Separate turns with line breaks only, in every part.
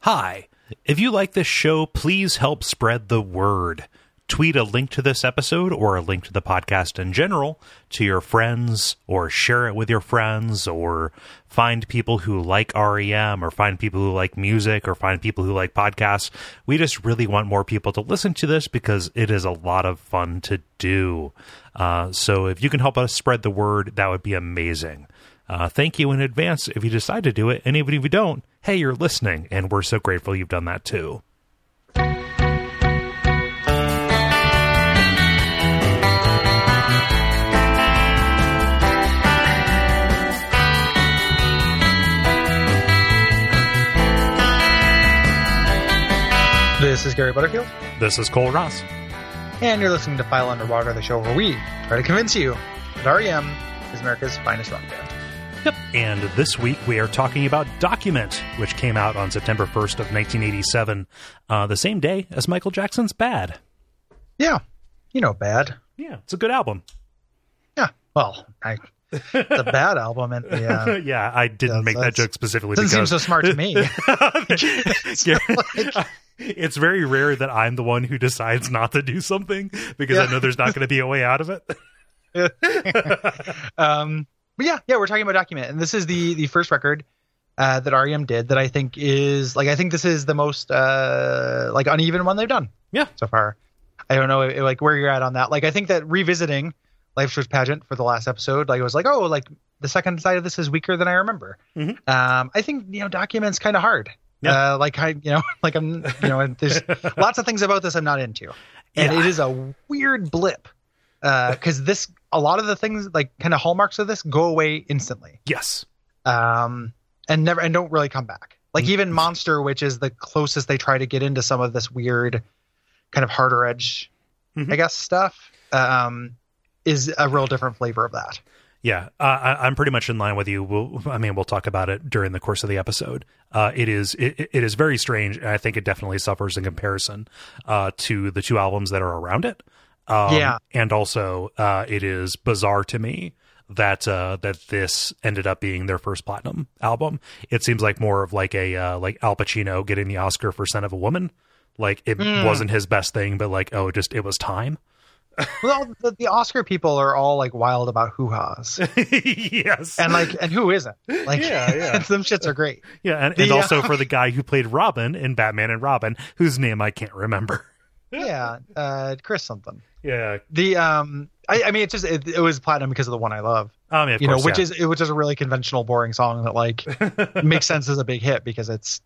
Hi. If you like this show, please help spread the word. Tweet a link to this episode or a link to the podcast in general to your friends, or share it with your friends, or find people who like REM, or find people who like music, or find people who like podcasts. We just really want more people to listen to this because it is a lot of fun to do. Uh, so if you can help us spread the word, that would be amazing. Uh, thank you in advance if you decide to do it, and even if you don't, hey, you're listening, and we're so grateful you've done that too.
This is Gary Butterfield,
This is Cole Ross.
and you're listening to File Underwater, the show where we try to convince you that REM is America's finest rock band.
Yep. And this week we are talking about Document, which came out on September 1st of 1987, uh, the same day as Michael Jackson's Bad.
Yeah, you know, bad.
Yeah, it's a good album.
Yeah, well, I, the bad album and the. Uh,
yeah, I didn't
Yeah,
make that
that's-
joke specifically
doesn't seem
because
so smart to me.
Yeah.
like-
it's very rare that I'm the one who decides not to do something because I
Yeah.
know there's not going to be a way out of it.
um, but yeah, yeah, we're talking about Document, and this is the the first record uh, that REM did that I think is like I think this is the most uh, like uneven one they've done.
Yeah.
so far. I don't know eh, like where you're at on that. Like I think that revisiting Life's Choice Pageant for the last episode, like it was like oh like the second side of this is weaker than I remember.
Mhm.
Um, I think you know Document's kind of hard.
Yeah.
Uh, like I, you know, like I'm, you know, and there's lots of things about this I'm not into, and
Yeah.
it is a weird blip because this a lot of the things like kind of hallmarks of this go away instantly
Yes.
um and never and don't really come back
Mm.
like even monster which is the closest they try to get into some of this weird kind of harder edge
Mhm.
i guess stuff um is a real different flavor of that
Yeah, uh, I, I'm pretty much in line with you. We'll, I mean, we'll talk about it during the course of the episode. Uh, it is it, it is very strange, and I think it definitely suffers in comparison uh, to the two albums that are around it. Um,
Yeah.
and also uh, it is bizarre to me that uh, that this ended up being their first platinum album. It seems like more of like a uh, like Al Pacino getting the Oscar for Son of a Woman. Like it
Hmm.
wasn't his best thing, but like oh, just it was time.
well the, the oscar people are all like wild about hoo-ha's
yes,
and like and who isn't like
Yeah, yeah.
some shits are great
Yeah, and, and
The,
also
uh,
for the guy who played Robin in Batman and Robin, whose name I can't remember.
yeah uh chris something
Yeah,
the um i, I mean it's just it, it was platinum because of the one i love
I mean, of
you
course,
know, which
yeah.
is it which is a really conventional, boring song that like makes sense as a big hit because it's,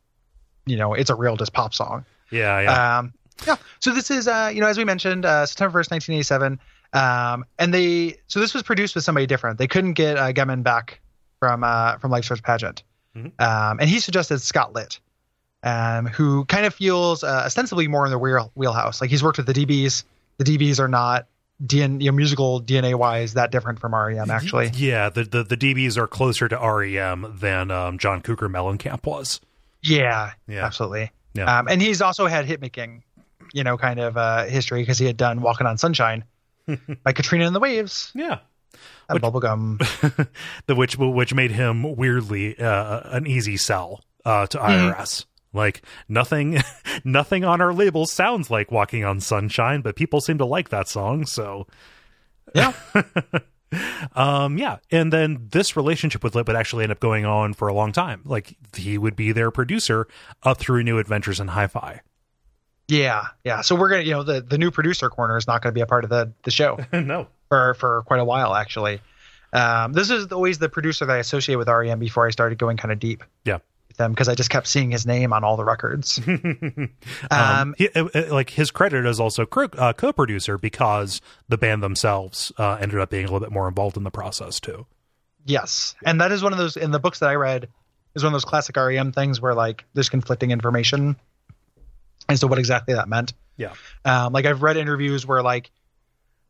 you know, it's a real just pop song.
yeah, yeah,
Um, yeah. So this is, uh, you know, as we mentioned, uh, September first, nineteen eighty seven, um, and they so this was produced with somebody different. They couldn't get uh, Gemmon back from uh, from Life Source Pageant,
Mhm.
um, and he suggested Scott Litt. Um, who kind of feels uh, ostensibly more in the wheel, wheelhouse? Like he's worked with the DBs. The DBs are not DN, you know, musical DNA wise that different from
Mm-hmm.
REM actually.
yeah. The, the the DBs are closer to REM than um, John Cougar Mellencamp was.
Yeah,
Yeah.
absolutely.
Yeah.
Um, and he's also had hit making, you know, kind of uh, history because he had done Walking on Sunshine by Katrina and the Waves
Yeah,
and Bubblegum.
the which which made him weirdly uh, an easy sell uh, to
Mhm.
IRS. Like nothing, nothing on our label sounds like "Walking on Sunshine," but people seem to like that song, so
yeah.
um yeah and then this relationship with lit would actually end up going on for a long time like he would be their producer up through new adventures in hi-fi
Yeah. Yeah. So we're going to, you know, the, the new producer corner is not going to be a part of the, the show
no
for, for quite a while, actually. Um, this is always the producer that I associate with REM before I started going kind of deep
yeah
with them because I just kept seeing his name on all the records.
um, he- uh, uh, like his credit is also cro- uh, co-producer because the band themselves uh, ended up being a little bit more involved in the process too
Yes. And that is one of those in the books that I read is one of those classic REM things where like there's conflicting information as to what exactly that meant.
yeah
Um, like I've read interviews where like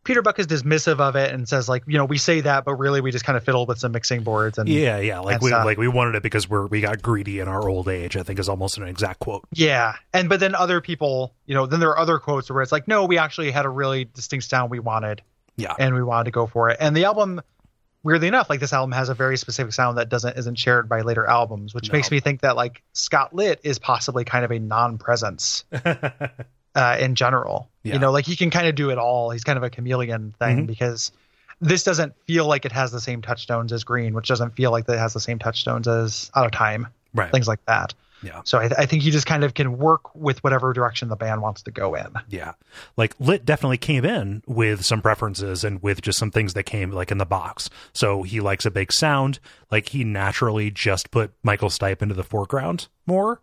Peter Buck is dismissive of it and says like, you know, we say that, but really we just kind of fiddle with some mixing boards and
yeah yeah like
That's,
we
uh,
like we wanted it because we're we got greedy in our old age i think is almost an exact quote
Yeah. And but then other people, you know, then there are other quotes where it's like, no, we actually had a really distinct sound we wanted
yeah
and we wanted to go for it. And the album weirdly enough, like this album has a very specific sound that doesn't isn't shared by later albums, which
No.
makes me think that like Scott Litt is possibly kind of a non-presence uh, in general.
Yeah.
You know, like he can kind of do it all. He's kind of a chameleon thing
Mhm.
because this doesn't feel like it has the same touchstones as Green, which doesn't feel like it has the same touchstones as Out of Time,
right.
things like that.
Yeah.
So I, I think he just kind of can work with whatever direction the band wants to go in.
Yeah. Like Lit definitely came in with some preferences and with just some things that came like in the box. So he likes a big sound. Like he naturally just put Michael Stipe into the foreground more.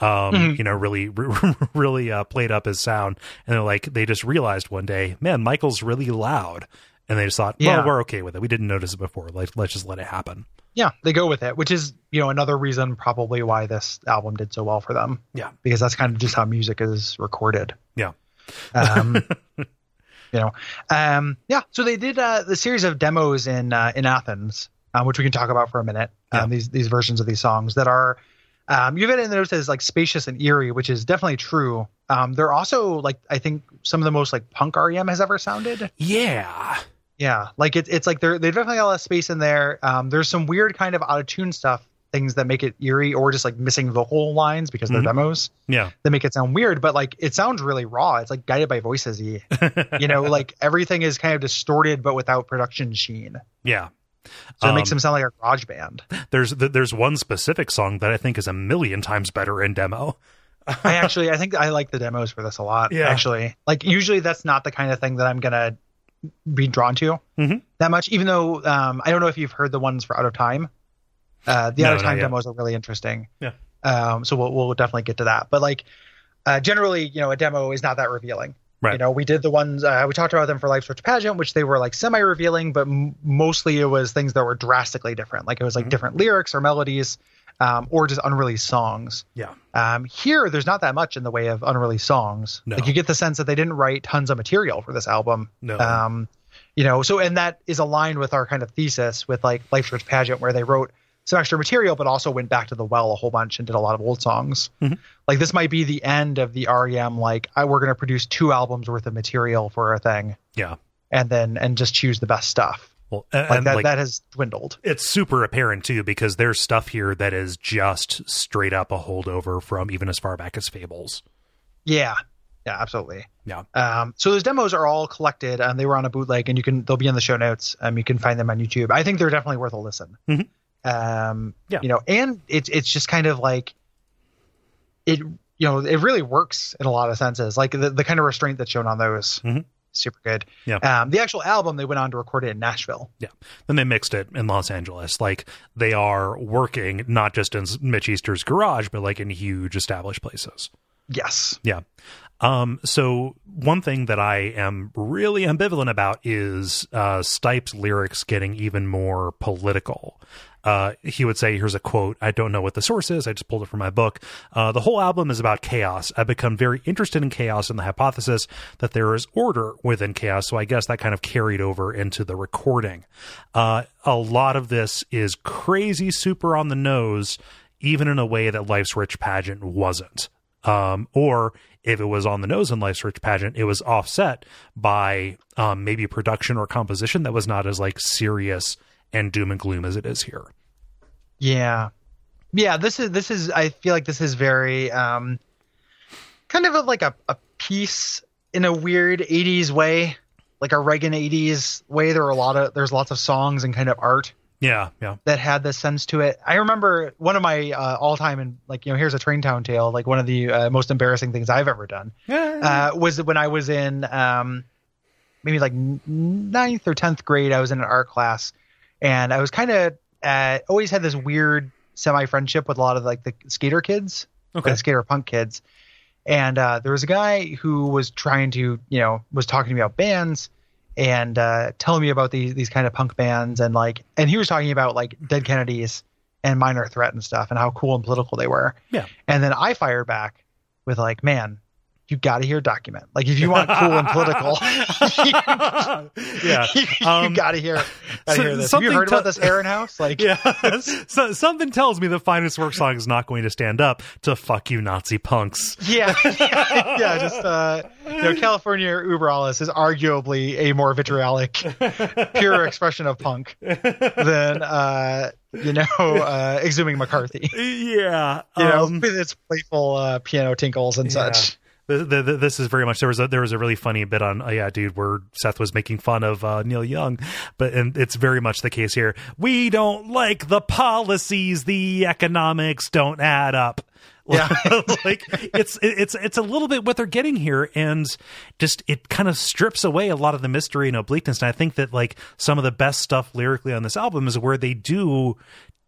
Um,
Mm-hmm.
you know, really, really uh, played up his sound. And they're like, they just realized one day, man, Michael's really loud. And they just thought, well,
Yeah.
we're okay with it. We didn't notice it before. Like, let's just let it happen.
Yeah, they go with it, which is you know another reason probably why this album did so well for them.
Yeah.
because that's kind of just how music is recorded.
Yeah.
Um, you know, um, yeah. So they did uh, the series of demos in uh, in Athens, um, which we can talk about for a minute.
Yeah.
Um, these these versions of these songs that are um, you've got it in there it says like spacious and eerie, which is definitely true. Um, they're also like I think some of the most like punk REM has ever sounded.
Yeah.
Yeah, like it's it's like they're they definitely got a lot of space in there. Um, there's some weird kind of out of tune stuff, things that make it eerie, or just like missing vocal lines because
Mhm.
they're demos
Yeah.
that make it sound weird. But like it sounds really raw. It's like guided by voices. You know, like everything is kind of distorted, but without production sheen.
yeah.
So it makes
Um,
them sound like a garage band.
There's th- there's one specific song that I think is a million times better in demo.
I actually I think I like the demos for this a lot.
Yeah.
Actually, like usually that's not the kind of thing that I'm gonna be drawn to
Mhm.
that much. Even though um, I don't know if you've heard the ones for Out of Time. Uh, the
No,
Out of
not
Time
yet.
demos are really interesting.
Yeah.
Um, so we'll we'll definitely get to that. But like, uh, generally, you know, a demo is not that revealing.
Right.
You know, we did the ones uh, we talked about them for Life Search Pageant, which they were like semi-revealing, but m- mostly it was things that were drastically different. Like it was like
Mhm.
different lyrics or melodies, um, or just unreleased songs. Um, here, there's not that much in the way of unreleased songs.
No.
Like you get the sense that they didn't write tons of material for this album.
No.
Um, you know, so and that is aligned with our kind of thesis with like Life Church Pageant, where they wrote some extra material, but also went back to the well a whole bunch and did a lot of old songs.
Mhm.
Like this might be the end of the REM. Like I, we're going to produce two albums worth of material for a thing,
yeah.
and then and just choose the best stuff.
Well, a- and,
Like that
like,
that has dwindled.
it's super apparent too because there's stuff here that is just straight up a holdover from even as far back as Fables.
Yeah. Yeah, absolutely.
Yeah.
Um, so those demos are all collected and they were on a bootleg and you can, they'll be in the show notes. Um, you can find them on YouTube. I think they're definitely worth a listen.
Mhm.
Um,
Yeah.
you know, and it's, it's just kind of like it, you know, it really works in a lot of senses. Like the, the kind of restraint that's shown on those.
Mhm.
Super good.
Yeah.
Um, the actual album, they went on to record it in Nashville.
Then they mixed it in Los Angeles. Like they are working not just in Mitch Easter's garage, but like in huge established places.
Yes.
Um, so one thing that I am really ambivalent about is uh, Stipe's lyrics getting even more political. Uh, he would say, "Here's a quote. I don't know what the source is. I just pulled it from my book. Uh, the whole album is about chaos. I've become very interested in chaos and the hypothesis that there is order within chaos. So I guess that kind of carried over into the recording. Uh, a lot of this is crazy, super on the nose, even in a way that Life's Rich Pageant wasn't." um, or if it was on the nose in Life's Rich Pageant, it was offset by um, maybe production or composition that was not as like serious and doom and gloom as it is here.
Yeah. Yeah, this is this is I feel like this is very um kind of a, like a, a piece in a weird 80s way, like a Reagan 80s way. There are a lot of there's lots of songs and kind of art
Yeah, yeah,
that had this sense to it. I remember one of my uh, all-time and like you know, here's a train town tale, like one of the uh, most embarrassing things I've ever done
yeah,
uh, was when I was in um, maybe like n- ninth or tenth grade. I was in an art class, and I was kind of uh, always had this weird semi friendship with a lot of like the skater kids,
Okay.
the skater punk kids. And uh, there was a guy who was trying to, you know, was talking to me about bands and uh, telling me about these these kind of punk bands and like, and he was talking about like Dead Kennedys and Minor Threat and stuff and how cool and political they were.
Yeah.
And then I fired back with like, man, you got to hear document. Like if you want cool and political,
yeah.
you
Um,
got to hear. Gotta
so-
hear this. Have you
something
heard
to-
about this Aaron House? Like
Yeah. so, something tells me the finest work song is not going to stand up to fuck you Nazi punks.
yeah, yeah, yeah, just uh, you know, California Uber Alles is arguably a more vitriolic, pure expression of punk than uh, you know, uh, exhuming McCarthy.
Yeah.
You know,
um,
with its playful uh, piano tinkles and
Yeah.
such.
th- th- th- this is very much there was a there was a really funny bit on uh, yeah dude where Seth was making fun of uh, Neil Young but and it's very much the case here we don't like the policies the economics don't add up
Yeah.
like it's it's it's a little bit what they're getting here and just it kind of strips away a lot of the mystery and obliqueness and I think that like some of the best stuff lyrically on this album is where they do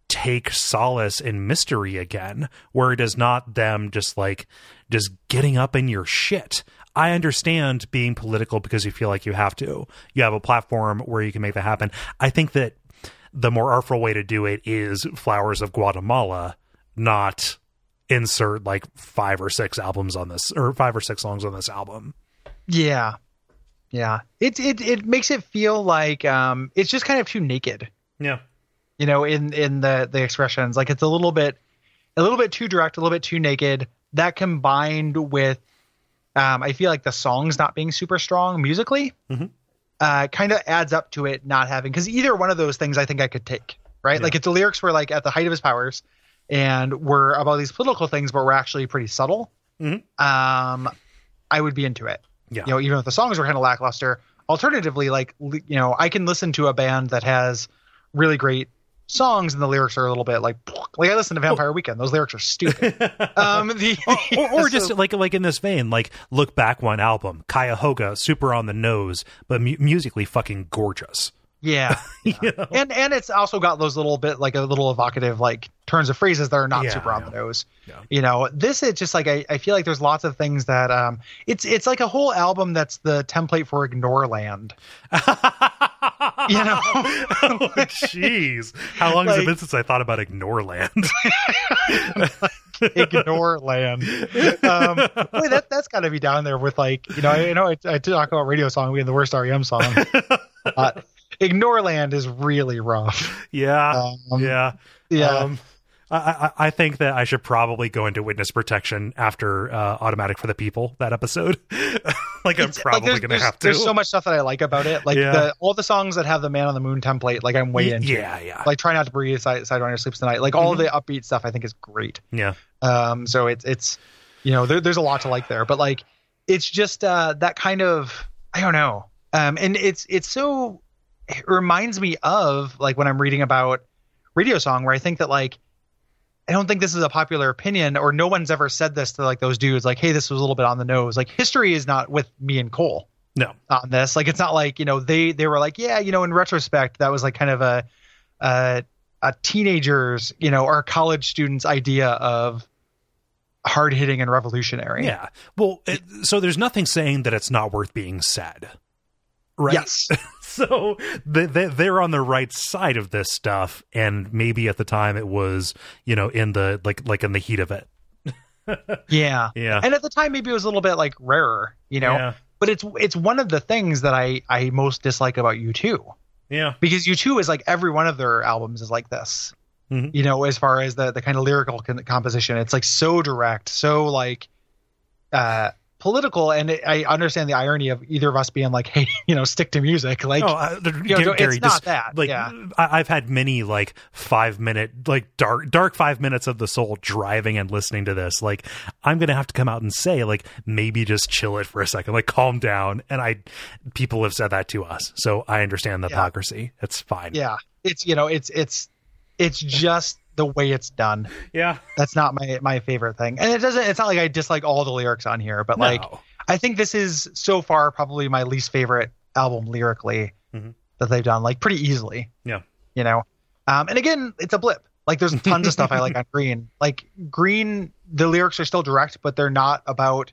take solace in mystery again, where it is not them just like just getting up in your shit. I understand being political because you feel like you have to. You have a platform where you can make that happen. I think that the more artful way to do it is Flowers of Guatemala, not insert like five or six albums on this or five or six songs on this album.
Yeah. Yeah. It it it makes it feel like um it's just kind of too naked,
Yeah.
you know, in in the the expressions. Like it's a little bit a little bit too direct, a little bit too naked. That combined with um I feel like the songs not being super strong musically
Mhm.
uh kind of adds up to it not having cuz either one of those things I think I could take, right?
Yeah.
Like if the lyrics were like at the height of his powers and were about these political things but were actually pretty subtle.
Mhm.
Um I would be into it
Yeah.
you know even if the songs were kind of lackluster alternatively like l- you know i can listen to a band that has really great songs and the lyrics are a little bit like like i listen to
Oh.
vampire weekend those lyrics are stupid um the,
or, or just
so-
like like in this vein, like look back one album, Cuyahoga, super on the nose, but mu- musically fucking gorgeous.
yeah
You know?
and and it's also got those little bit like a little evocative like turns of phrases that are not
Yeah,
super on
yeah.
the nose
Yeah.
you know this is just like I, I feel like there's lots of things that um it's it's like a whole album that's the template for ignoreland. You know?
Oh, jeez, how long has it
Like-
been since I thought about Ignoreland?
ignore land. Um, boy, that that's got to be down there with like you know I, I know I, I talk about radio song being the worst REM song. Uh, ignore land is really rough.
yeah,
Um,
yeah,
yeah.
Um, I, I, I think that I should probably go into witness protection after uh, Automatic for the People that episode. like I'm
It's- like,
probably
there's-
gonna
there's-
have to.
There's so much stuff that I like about it. Like
Yeah.
the, all the songs that have the Man on the Moon template, like I'm way into.
yeah, yeah,
Like try not to breathe. Side, Sidewinder sleeps tonight. Like all the upbeat stuff, I think is great.
yeah.
um so it's it's you know there, there's a lot to like there but like it's just uh that kind of i don't know um and it's it's so it reminds me of like when i'm reading about radio song where i think that like i don't think this is a popular opinion or no one's ever said this to like those dudes like hey this was a little bit on the nose like history is not with me and cole
No.
on this like it's not like you know they they were like yeah you know in retrospect that was like kind of a a, a teenager's you know or a college student's idea of hard hitting and revolutionary
Yeah. Well, it, so there's nothing saying that it's not worth being said. Right.
yes
So they, they, they're on the right side of this stuff. And maybe at the time it was, you know, in the like, like in the heat of it.
yeah
Yeah.
and at the time maybe it was a little bit like rarer you know
Yeah.
but it's it's one of the things that i i most dislike about you too
Yeah.
because U2 is like every one of their albums is like this.
Mhm.
You know, as far as the the kind of lyrical con- composition, it's like so direct, so like uh political and it, I understand the irony of either of us being like, "Hey, you know, stick to music." Like
oh, I,
you know,
Gary,
it's not
just-
that.
like
yeah.
I, I've had many like five minute, like dark, dark five minutes of the soul driving and listening to this. Like I'm gonna have to come out and say, like maybe just chill it for a second, like calm down. And I, people have said that to us, so I understand the
Yeah.
hypocrisy. It's fine.
Yeah. It's you know, it's it's it's just the way it's done.
Yeah.
That's not my my favorite thing. And it doesn't it's not like I dislike all the lyrics on here, but like
No.
I think this is so far probably my least favorite album lyrically
Mhm.
that they've done, like pretty easily.
Yeah.
You know, um, and again, it's a blip. Like there's tons of stuff I like on Green. Like Green, the lyrics are still direct, but they're not about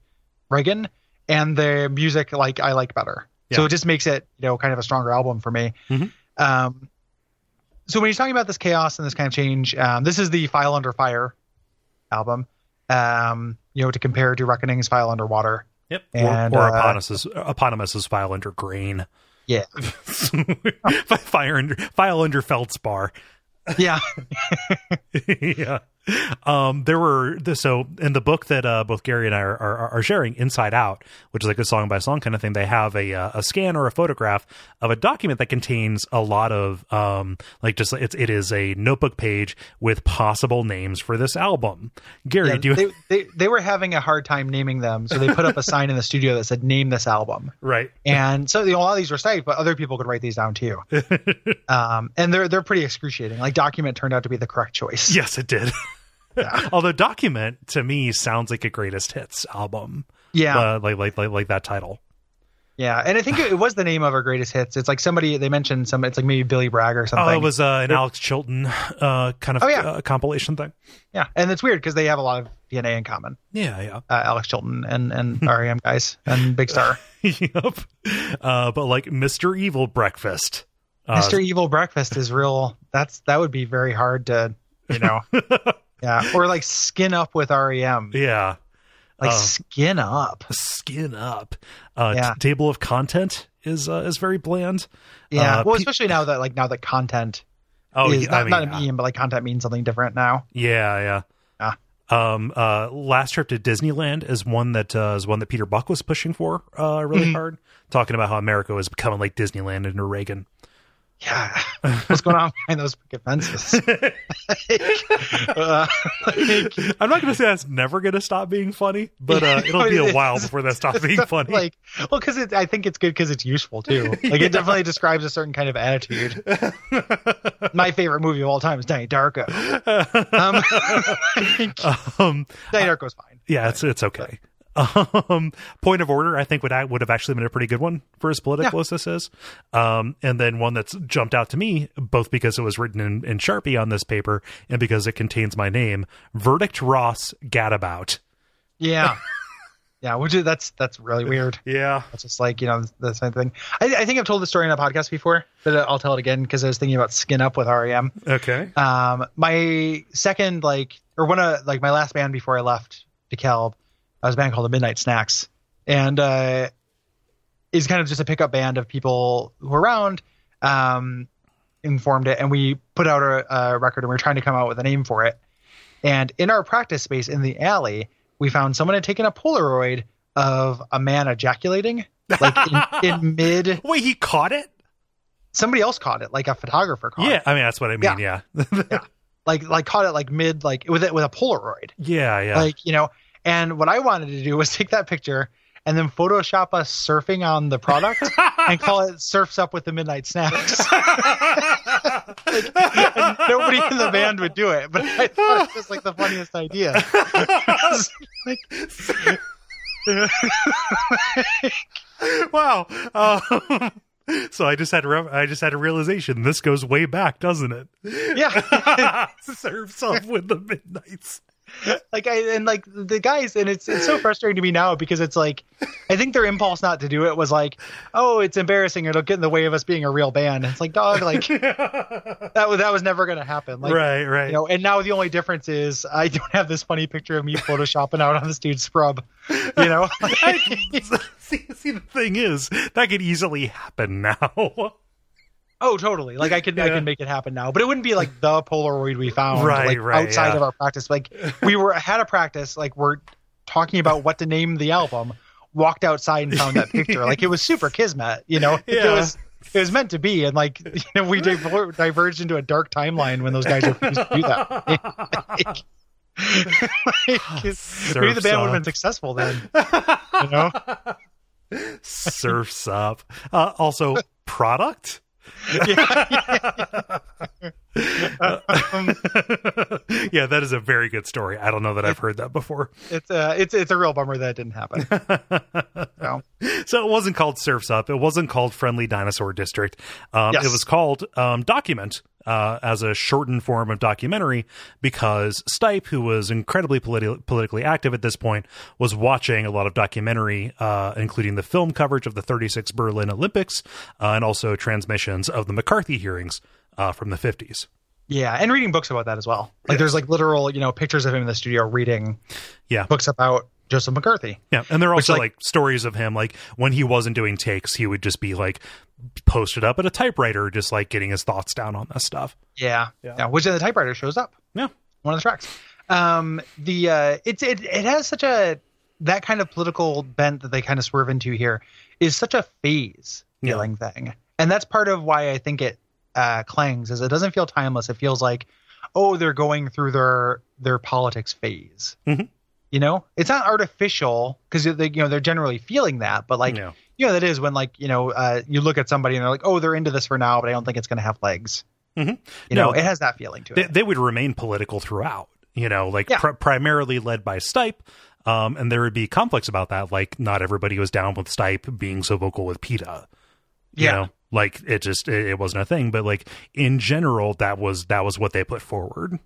Reagan, and the music like I like better. So
Yeah.
it just makes it you know kind of a stronger album for me.
Mhm.
Um, so when you're talking about this chaos and this kind of change, um, this is the File Under Fire album. Um, you know to compare to Reckoning's File Underwater
Yep.
And,
or or
uh,
eponymous, eponymous is file under grain.
Yeah.
fire under file under feldspar.
Yeah.
yeah. Um, there were so in the book that uh, both Gary and I are, are are sharing, Inside Out, which is like a song by song kind of thing. They have a uh, a scan or a photograph of a document that contains a lot of um like just it's it is a notebook page with possible names for this album. Gary,
Yeah,
do you
they, they, they were having a hard time naming them, so they put up a sign in the studio that said "Name this album."
right?
And so you know, a lot of these were saved, but other people could write these down too. um, and they're they're pretty excruciating. Like document turned out to be the correct choice.
Yes, it did. Although document to me sounds like a greatest hits album,
Yeah,
uh, like, like like like that title.
yeah. And I think it, it was the name of our greatest hits. It's like somebody they mentioned some. It's like maybe Billy Bragg or something.
Oh, it was uh, an Alex Chilton uh, kind of
Oh, yeah.
uh, compilation thing.
yeah, and it's weird because they have a lot of DNA in common.
Yeah, yeah.
Uh, Alex Chilton and and REM guys and Big Star.
yep. Uh, but like Mr. Evil Breakfast. Uh,
Mr. Evil Breakfast is real. That's that would be very hard to you know. yeah, or like skin up with REM.
Yeah.
Like
Uh,
skin up.
Skin up. Uh,
Yeah.
t- table of content is uh, is very bland.
Yeah.
uh,
well,
pe-
especially now that like now that content
Oh,
is
yeah,
not,
I mean,
not a
uh,
meme, but like content means something different now.
yeah, yeah.
Yeah.
Um, uh, last trip to Disneyland is one that uh, is one that Peter Buck was pushing for uh, really hard, talking about how America is becoming like Disneyland under Reagan.
Yeah. What's going on behind those picket fences? Uh, like,
I'm not going to say that's never going to stop being funny, but uh, it'll be a while before that stops being funny.
like, well, because I think it's good because it's useful too. Like, it definitely describes a certain kind of attitude. My favorite movie of all time is Danny Darko. Um,
um,
Danny Darko's fine.
yeah, it's it's okay. Um, point of order, I think would would have actually been a pretty good one for as political as this is. Um, and then one that's jumped out to me, both because it was written in, in Sharpie on this paper and because it contains my name. Verdict Ross Gadabout.
Yeah. yeah. Which is that's that's really weird.
Yeah,
It's just like you know the same thing. I, I think I've told the story in a podcast before, but I'll tell it again because I was thinking about Skin Up with E REM.
okay.
Um, my second like or one of like my last band before I left DeKalb, I was a band called the Midnight Snacks, and uh, is kind of just a pickup band of people who were around. Um, informed it, and we put out a, a record, and we were trying to come out with a name for it. And in our practice space in the alley, we found someone had taken a Polaroid of a man ejaculating, like in, in mid.
Wait, he caught it?
Somebody else caught it, like a photographer caught
Yeah,
it,
I mean that's what I mean. Yeah, yeah,
like like caught it like mid, like with it with a Polaroid,
yeah.
like you know. And what I wanted to do was take that picture and then Photoshop us surfing on the product and call it "Surfs Up with the Midnight Snacks." and nobody in the band would do it, but I thought it was like the funniest idea. Like,
wow. Um, so I just had a re- I just had a realization. This goes way back, doesn't it?
yeah,
Serves up with the midnights.
like I and like the guys, and it's it's so frustrating to me now because it's like I think their impulse not to do it was like, oh, it's embarrassing, it'll get in the way of us being a real band. It's like, dog, like that was that was never gonna happen. Like
right, right.
you know, and now the only difference is I don't have this funny picture of me photoshopping out on this dude's scrub. You know,
I- see, see, the thing is, that could easily happen now.
Oh, totally. Like I could, I
Yeah.
could make it happen now, but it wouldn't be like the Polaroid we found,
Right,
like,
right,
outside
yeah.
of our practice. Like we were had a practice, like we're talking about what to name the album. Walked outside and found that picture. like it was super kismet, you know. It
Yeah.
was, it was meant to be, and like you know, we diver- diverged into a dark timeline when those guys refused to do that. Like, maybe the
Surf's
band would
up.
have been successful then, you know.
Surfs up. Uh, also, product.
Um,
yeah, that is a very good story. I don't know that I've heard that before.
it's uh, it's it's a real bummer that it didn't happen. So.
So it wasn't called Surfs Up. It wasn't called Friendly Dinosaur District. Um,
Yes.
It was called um, Document uh, as a shortened form of documentary because Stipe, who was incredibly politi- politically active at this point, was watching a lot of documentary, uh, including the film coverage of the 36 Berlin Olympics uh, and also transmissions of the McCarthy hearings uh, from the 50s.
Yeah, and reading books about that as well. Like there's like literal, you know, pictures of him in the studio reading
Yeah.
books about Joseph McCarthy.
Yeah, and there are
Which,
also like,
like-
stories of him like when he wasn't doing takes, he would just be like posted up at a typewriter, just like getting his thoughts down on this stuff.
Yeah.
Yeah.
yeah. Which in the typewriter shows up.
Yeah.
One of the tracks. Um the uh it's it it has such a that kind of political bent that they kind of swerve into here is such a phase
Yeah.
feeling thing. And that's part of why I think it uh clangs is it doesn't feel timeless. It feels like, oh, they're going through their their politics phase.
Mhm.
You know? It's not artificial because they you know they're generally feeling that, but like
yeah.
you know that is when like you know uh, you look at somebody and they're like oh they're into this for now but i don't think it's going to have legs
Mhm.
you
No.
know it has that feeling to
They,
it
they would remain political throughout, you know, like
Yeah.
pri- primarily led by Stipe. Um, and there would be conflicts about that. Like, not everybody was down with Stipe being so vocal with PETA. You
Yeah.
know, like it just it, it wasn't a thing. But like in general, that was that was what they put forward.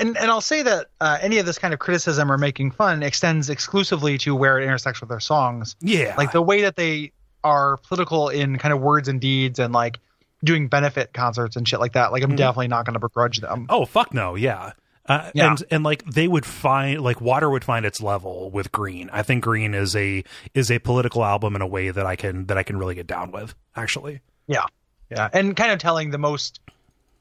and and i'll say that uh, any of this kind of criticism or making fun extends exclusively to where it intersects with their songs
Yeah,
like the way that they are political in kind of words and deeds and like doing benefit concerts and shit like that like i'm
Mhm.
definitely not going to begrudge them
Oh fuck no, yeah. Uh,
Yeah.
and and like they would find like water would find its level with green i think green is a is a political album in a way that i can that i can really get down with actually
yeah and kind of telling the most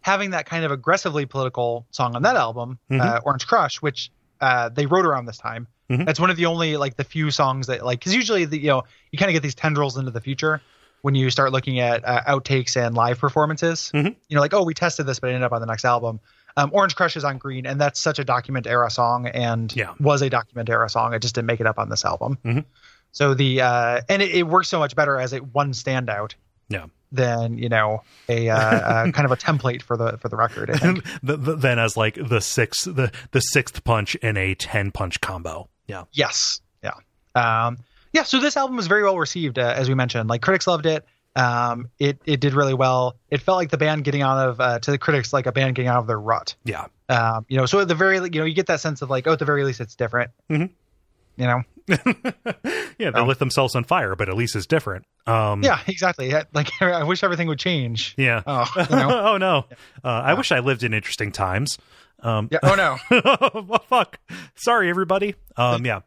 having that kind of aggressively political song on that album
Mhm.
uh, orange crush which uh, they wrote around this time
Mhm.
that's one of the only like the few songs that like because usually the, you know you kind of get these tendrils into the future when you start looking at uh, outtakes and live performances
Mhm.
you know like oh we tested this but it ended up on the next album um, orange crush is on green and that's such a document era song and
Yeah.
was a document era song it just didn't make it up on this album
Mhm.
so the uh, and it, it works so much better as a one standout
Yeah.
than you know a uh, uh, kind of a template for the for the record. I think.
Th- th- then as like the sixth the the sixth punch in a 10 punch combo yeah
yes, yeah, um, yeah. So this album was very well received, uh, as we mentioned. Like critics loved it. Um, it it did really well. It felt like the band getting out of uh, to the critics like a band getting out of their rut.
yeah
Um, you know, so at the very you know you get that sense of like oh at the very least it's different.
Mhm.
You know,
yeah they
Oh.
lit themselves on fire but at least it's different um
yeah, exactly. Yeah, Like I wish everything would change.
yeah
Oh, you know?
oh no uh, i
Yeah.
wish i lived in interesting times um
yeah. Oh no.
well, fuck. Sorry, everybody. Um, yeah.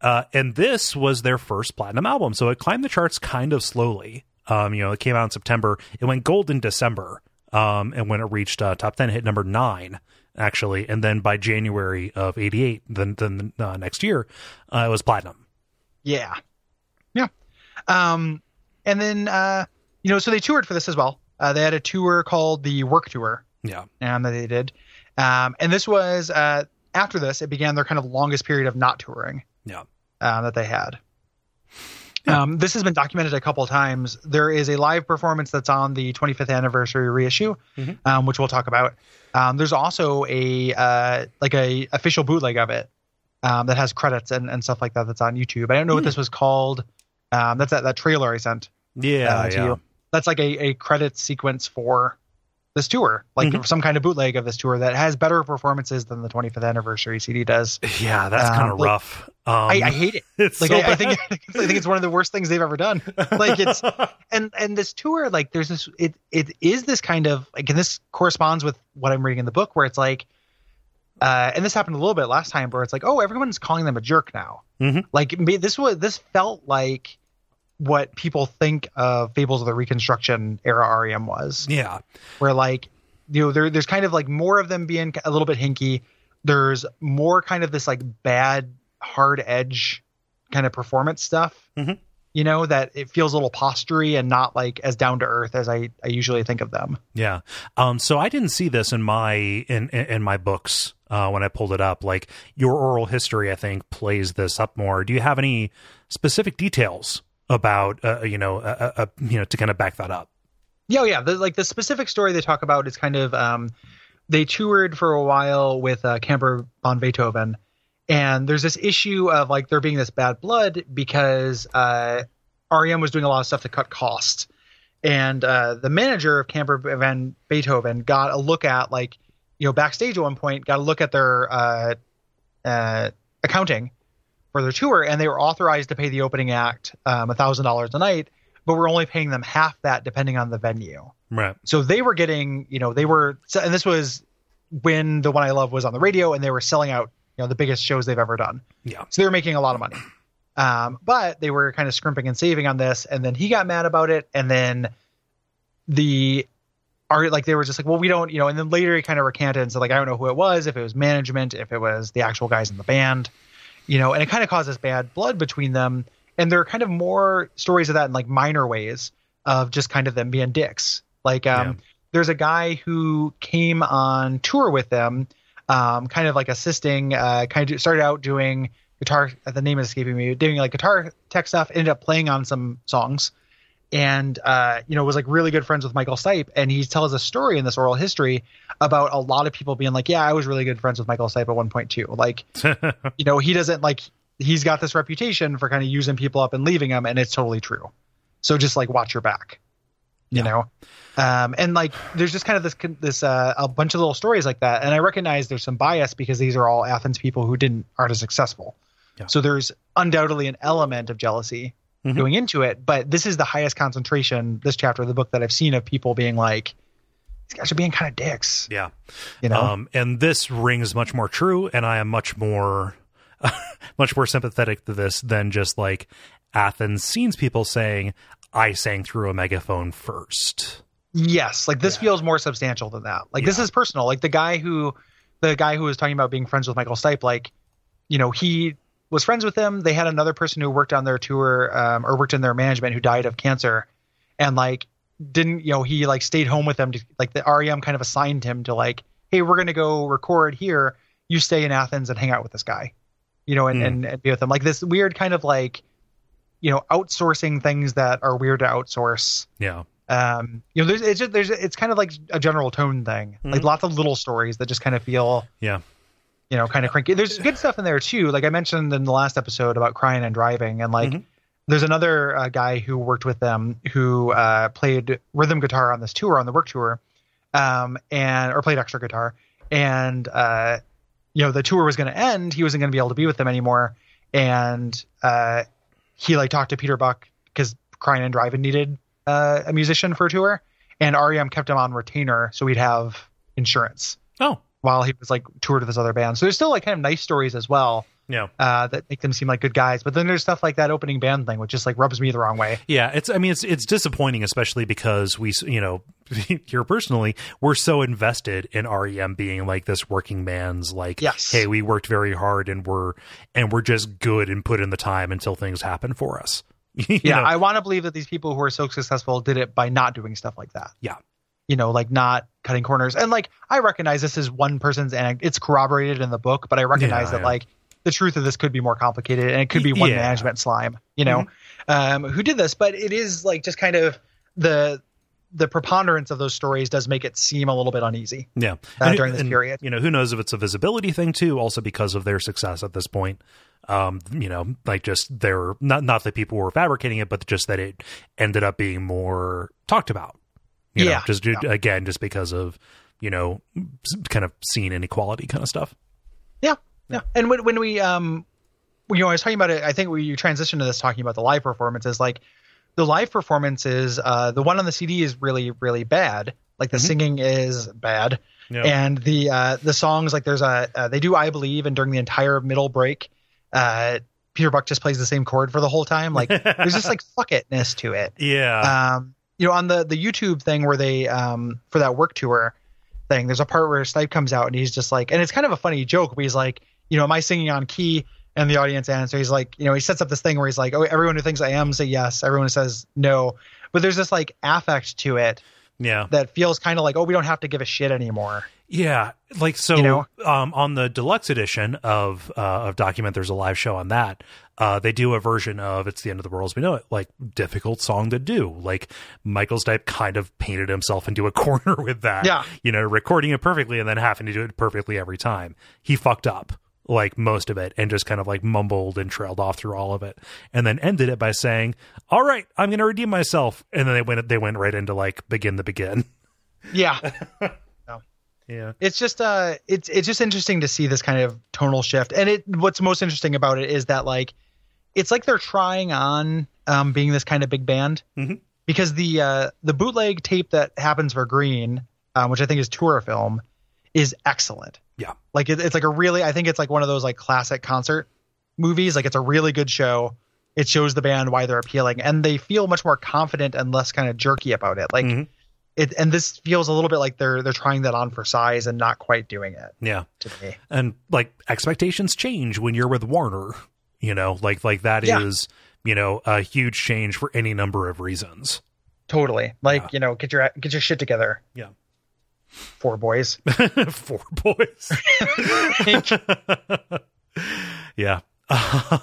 Uh, and this was their first platinum album, so it climbed the charts kind of slowly. Um, you know, it came out in September. It went gold in December. Um, and when it reached uh, top ten, it hit number nine actually, and then by January of '88, then then uh, next year, uh, it was platinum.
Yeah. Yeah. Um, and then, uh, you know, so they toured for this as well. Uh, they had a tour called the Work Tour
Yeah.
um, that they did. Um, and this was, uh, after this, it began their kind of longest period of not touring
Yeah.
um, that they had.
Yeah.
Um, this has been documented a couple times. There is a live performance that's on the 25th anniversary reissue,
Mhm.
um, which we'll talk about. Um, there's also a uh, like a official bootleg of it um, that has credits and, and stuff like that that's on YouTube. I don't know what
Hmm.
this was called. Um, that's that, that trailer I sent
Yeah.
uh, to
yeah.
you. That's like a, a credit sequence for this tour, like
Mhm.
some kind of bootleg of this tour that has better performances than the 25th anniversary CD does.
Yeah, that's kind
Um,
of
like-
rough. Um,
I, I hate it.
it's
Like
so
I, I
bad.
think I think it's one of the worst things they've ever done. like, it's- And and this tour, like there's this it it is this kind of like and this corresponds with what I'm reading in the book where it's like uh and this happened a little bit last time where it's like, oh, everyone's calling them a jerk now.
Mhm.
Like me this was this felt like what people think of Fables of the Reconstruction era REM was
yeah.
where like you know there, there's kind of like more of them being a little bit hinky there's more kind of this like bad hard edge kind of performance stuff
Mhm.
you know that it feels a little postery and not like as down to earth as i i usually think of them
Yeah. Um, so I didn't see this in my in in in my books uh, when I pulled it up. Like your oral history, I think plays this up more. Do you have any specific details about uh, you know uh, uh, uh, you know to kind of back that up?
yeah oh, yeah the, like the specific story they talk about is kind of um they toured for a while with uh camper von beethoven and there's this issue of like there being this bad blood because uh rem was doing a lot of stuff to cut costs and uh the manager of camper van beethoven got a look at like you know backstage at one point got a look at their uh uh accounting for their tour and they were authorized to pay the opening act um thousand dollars a night but we're only paying them half that depending on the venue.
Right.
So they were getting, you know, they were, so- and this was when the one I love was on the radio, and they were selling out you know the biggest shows they've ever done.
Yeah.
So they were making a lot of money. Um, but they were kind of scrimping and saving on this, and then he got mad about it, and then the art like they were just like, well, we don't, you know, and then later he kind of recanted and said like, I don't know who it was, if it was management, if it was the actual guys in the band, you know, and it kind of causes bad blood between them. And there are kind of more stories of that in like minor ways of just kind of them being dicks. Like, um,
Yeah.
there's a guy who came on tour with them, um, kind of like assisting, uh, kind of started out doing guitar. The name is escaping me. Doing like guitar tech stuff. Ended up playing on some songs, and uh, you know was like really good friends with Michael Stipe. And he tells a story in this oral history about a lot of people being like, "Yeah, I was really good friends with Michael Stipe at one point too." Like, you know, he doesn't like he's got this reputation for kind of using people up and leaving them, and it's totally true. So just like watch your back, you
Yeah.
know. Um, and like there's just kind of this con- this uh, a bunch of little stories like that, and I recognize there's some bias because these are all Athens people who didn't aren't as successful.
Yeah.
So there's undoubtedly an element of jealousy
Mhm.
going into it, but this is the highest concentration this chapter of the book that I've seen of people being like, these guys are being kind of dicks,
yeah.
you know.
Um, and this rings much more true, and I am much more, much more sympathetic to this than just like Athens scenes people saying, "I sang through a megaphone first.
Yes, like this
Yeah.
feels more substantial than that. Like this
Yeah.
is personal. Like the guy who, the guy who was talking about being friends with Michael Stipe, like, you know, he was friends with him. They had another person who worked on their tour um, or worked in their management who died of cancer, and like didn't you know he like stayed home with them to like the REM kind of assigned him to like, hey, we're gonna go record here. You stay in Athens and hang out with this guy, you know, and
Hmm.
and, and be with him. Like this weird kind of like, you know, outsourcing things that are weird to outsource
Yeah.
um you know there's it's just, there's it's kind of like a general tone thing like
Mhm.
lots of little stories that just kind of feel
Yeah.
you know kind of cranky there's good stuff in there too like i mentioned in the last episode about crying and driving and like
Mhm.
there's another uh, guy who worked with them who uh played rhythm guitar on this tour on the work tour um and or played extra guitar and uh you know the tour was going to end he wasn't going to be able to be with them anymore and uh he like talked to peter buck because crying and driving needed uh, a musician for a tour and rem kept him on retainer so he'd have insurance
Oh.
while he was like toured with this other band so there's still like kind of nice stories as well
Yeah.
uh, that make them seem like good guys but then there's stuff like that opening band thing which just like rubs me the wrong way
Yeah, it's. I mean, it's it's disappointing, especially because we, s- you know, here personally, we're so invested in REM being like this working man's, like,
Yes.
hey, we worked very hard and we're and we're just good and put in the time until things happen for us. You
yeah
know?
i want to believe that these people who are so successful did it by not doing stuff like that
Yeah.
you know like not cutting corners and like i recognize this is one person's and it's corroborated in the book but i recognize
Yeah,
that
yeah.
like the truth of this could be more complicated and it could be one
Yeah. Mm-hmm.
management slime you know um who did this but it is like just kind of the the preponderance of those stories does make it seem a little bit uneasy
yeah.
uh,
And-
during this
and,
period.
you know, who knows if it's a visibility thing too? Also, because of their success at this point, um, you know, like just they're not not that people were fabricating it, but just that it ended up being more talked about. You know,
Yeah.
just due- again, just because of you know, s- kind of scene inequality kind of stuff.
Yeah, yeah. And when when we um, you know, I was talking about it. I think we you transitioned to this talking about the live performances. Like the live performances, uh, the one on the CD is really really bad. Like the
Mhm.
singing is bad,
Yeah.
and the uh, the songs like there's a uh, they do I believe, and during the entire middle break, uh, Peter Buck just plays the same chord for the whole time. Like there's just like fuck itness to it
yeah,
um, you know, on the the YouTube thing where they um for that work tour thing, there's a part where Snipe comes out and he's just like, and it's kind of a funny joke, but he's like, you know, am I singing on key? And the audience answers. He's like, you know, he sets up this thing where he's like, oh, everyone who thinks I am say yes, everyone who says no. But there's this like affect to it
yeah.
that feels kind of like, oh, we don't have to give a shit anymore.
Yeah, like so.
You know?
um, on the deluxe edition of uh, of Document, there's a live show on that. Uh, they do a version of "It's the End of the World as We Know It," like difficult song to do. Like Michael Stipe kind of painted himself into a corner with that.
Yeah.
you know, recording it perfectly and then having to do it perfectly every time. He fucked up like most of it and just kind of like mumbled and trailed off through all of it and then ended it by saying all right i'm gonna redeem myself and then they went they went right into like begin the begin
Yeah.
yeah
it's just uh it's it's just interesting to see this kind of tonal shift and it what's most interesting about it is that like it's like they're trying on um being this kind of big band
Mhm.
because the uh the bootleg tape that happens for green um, which i think is tour film is excellent
Yeah.
Like it, it's like a really, I think it's like one of those like classic concert movies. Like it's a really good show. It shows the band why they're appealing, and they feel much more confident and less kind of jerky about it. Like
Mhm.
it, and this feels a little bit like they're they're trying that on for size and not quite doing it
Yeah.
to me.
and like expectations change when you're with Warner, you know, like like that is
Yeah.
you know, a huge change for any number of reasons.
Totally. Like
Yeah.
you know, get your get your shit together.
Yeah.
Four boys.
Four boys. yeah.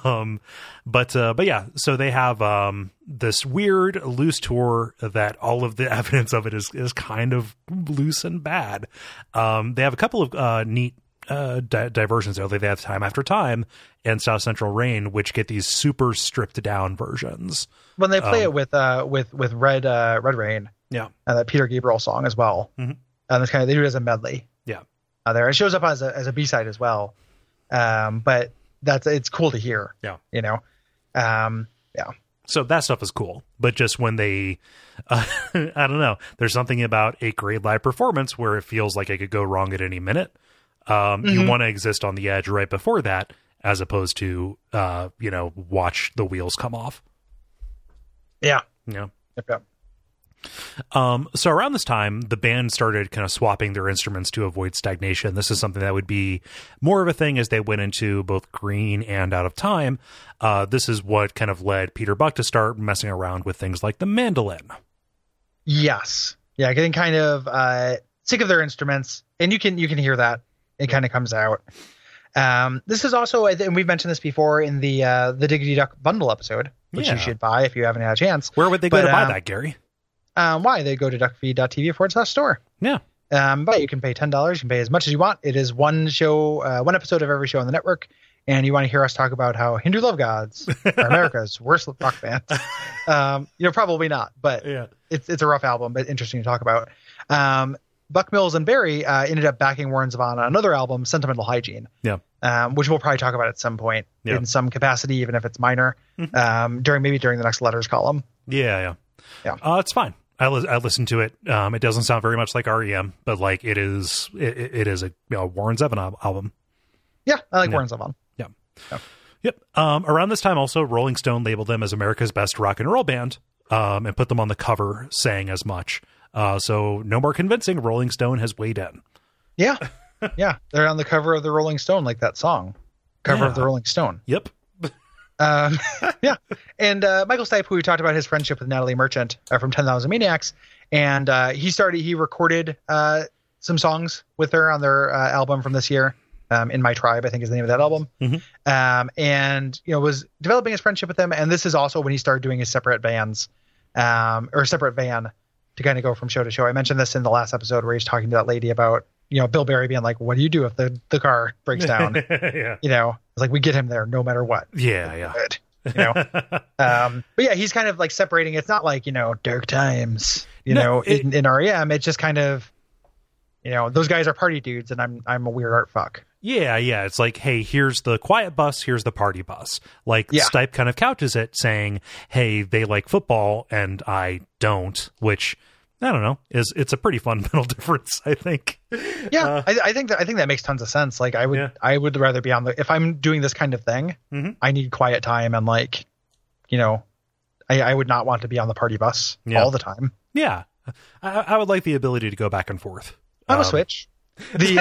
Um but uh but yeah, so they have um this weird loose tour that all of the evidence of it is is kind of loose and bad. Um they have a couple of uh neat uh di- diversions though that they have time after time and South Central Rain which get these super stripped down versions.
when they play
Um,
it with uh with with red uh red rain
Yeah.
and that peter gabriel song as well
Mhm.
and it's kind of they do it as a medley
Yeah.
uh, there it shows up as a, as a b-side as well um but that's it's cool to hear
Yeah.
you know um yeah
so that stuff is cool but just when they uh, i don't know there's something about a great live performance where it feels like it could go wrong at any minute um, you
Mhm.
want to exist on the edge right before that as opposed to uh, you know watch the wheels come off
yeah
you know
Yep, yep.
um, so around this time, the band started kind of swapping their instruments to avoid stagnation. This is something that would be more of a thing as they went into both green and out of time. Uh, this is what kind of led Peter Buck to start messing around with things like the mandolin.
yes yeah getting kind of uh sick of their instruments and you can you can hear that it kind of comes out um this is also and we've mentioned this before in the uh the diggity duck bundle episode which
Yeah.
you should buy if you haven't had a chance
Where would they go
But,
to buy
um,
that, Gary?
um, why they go to duckfeed.tv forward slash store
Yeah.
um, but you can pay $10 you can pay as much as you want it is one show uh, one episode of every show on the network and you want to hear us talk about how hindu love gods are america's worst rock band um, you know probably not but
Yeah.
it's, it's a rough album but interesting to talk about um, buck mills and barry uh, ended up backing warren zevon on another album sentimental hygiene
Yeah.
um, which we'll probably talk about at some point
Yeah.
in some capacity even if it's minor
Mhm.
um, during maybe during the next letters column
Yeah, yeah.
Yeah.
Uh, it's fine. I, lis- I listened to it. Um, it doesn't sound very much like REM, but like it is, it, it- it is a you know, Warren Zevon al- album.
yeah i like
Yeah.
warren zevon
Yep. Um, around this time, also Rolling Stone labeled them as America's best rock and roll band, um, and put them on the cover, saying as much. Uh, so no more convincing. Rolling Stone has weighed in.
Yeah. Yeah. They're on the cover of the Rolling Stone, like that song. Cover of the
Yeah.
Rolling Stone.
Yep.
Um, yeah. And uh, Michael Stipe, who we talked about his friendship with Natalie Merchant uh, from 10,000 Maniacs. And uh, he started, he recorded uh, some songs with her on their uh, album from this year. Um, In My Tribe, I think is the name of that album.
Mhm.
Um, and, you know, was developing his friendship with them. And this is also when he started doing his separate bands um, or separate van to kind of go from show to show. I mentioned this in the last episode where he's talking to that lady about, you know, Bill Berry being like, what do you do if the, the car breaks down?
yeah.
you know, it's like we get him there no matter what.
Yeah.
Good. You know,
Yeah.
um, but yeah, he's kind of like separating. It's not like you know dark times, you
No,
know,
it-
in, in REM. It's just kind of, you know, those guys are party dudes, and I'm I'm a weird art fuck.
Yeah, yeah. It's like, hey, here's the quiet bus, here's the party bus. Like
Yeah.
Stipe kind of couches it saying, Hey, they like football and I don't, which I don't know, is it's a pretty fundamental difference, I think.
Yeah,
Uh,
I, I think that I think that makes tons of sense. Like I would
Yeah.
I would rather be on the if I'm doing this kind of thing,
Mhm.
I need quiet time and like, you know, I, I would not want to be on the party bus
Yeah.
all the time.
yeah. I, I would like the ability to go back and forth.
I'm a
Um,
switch. The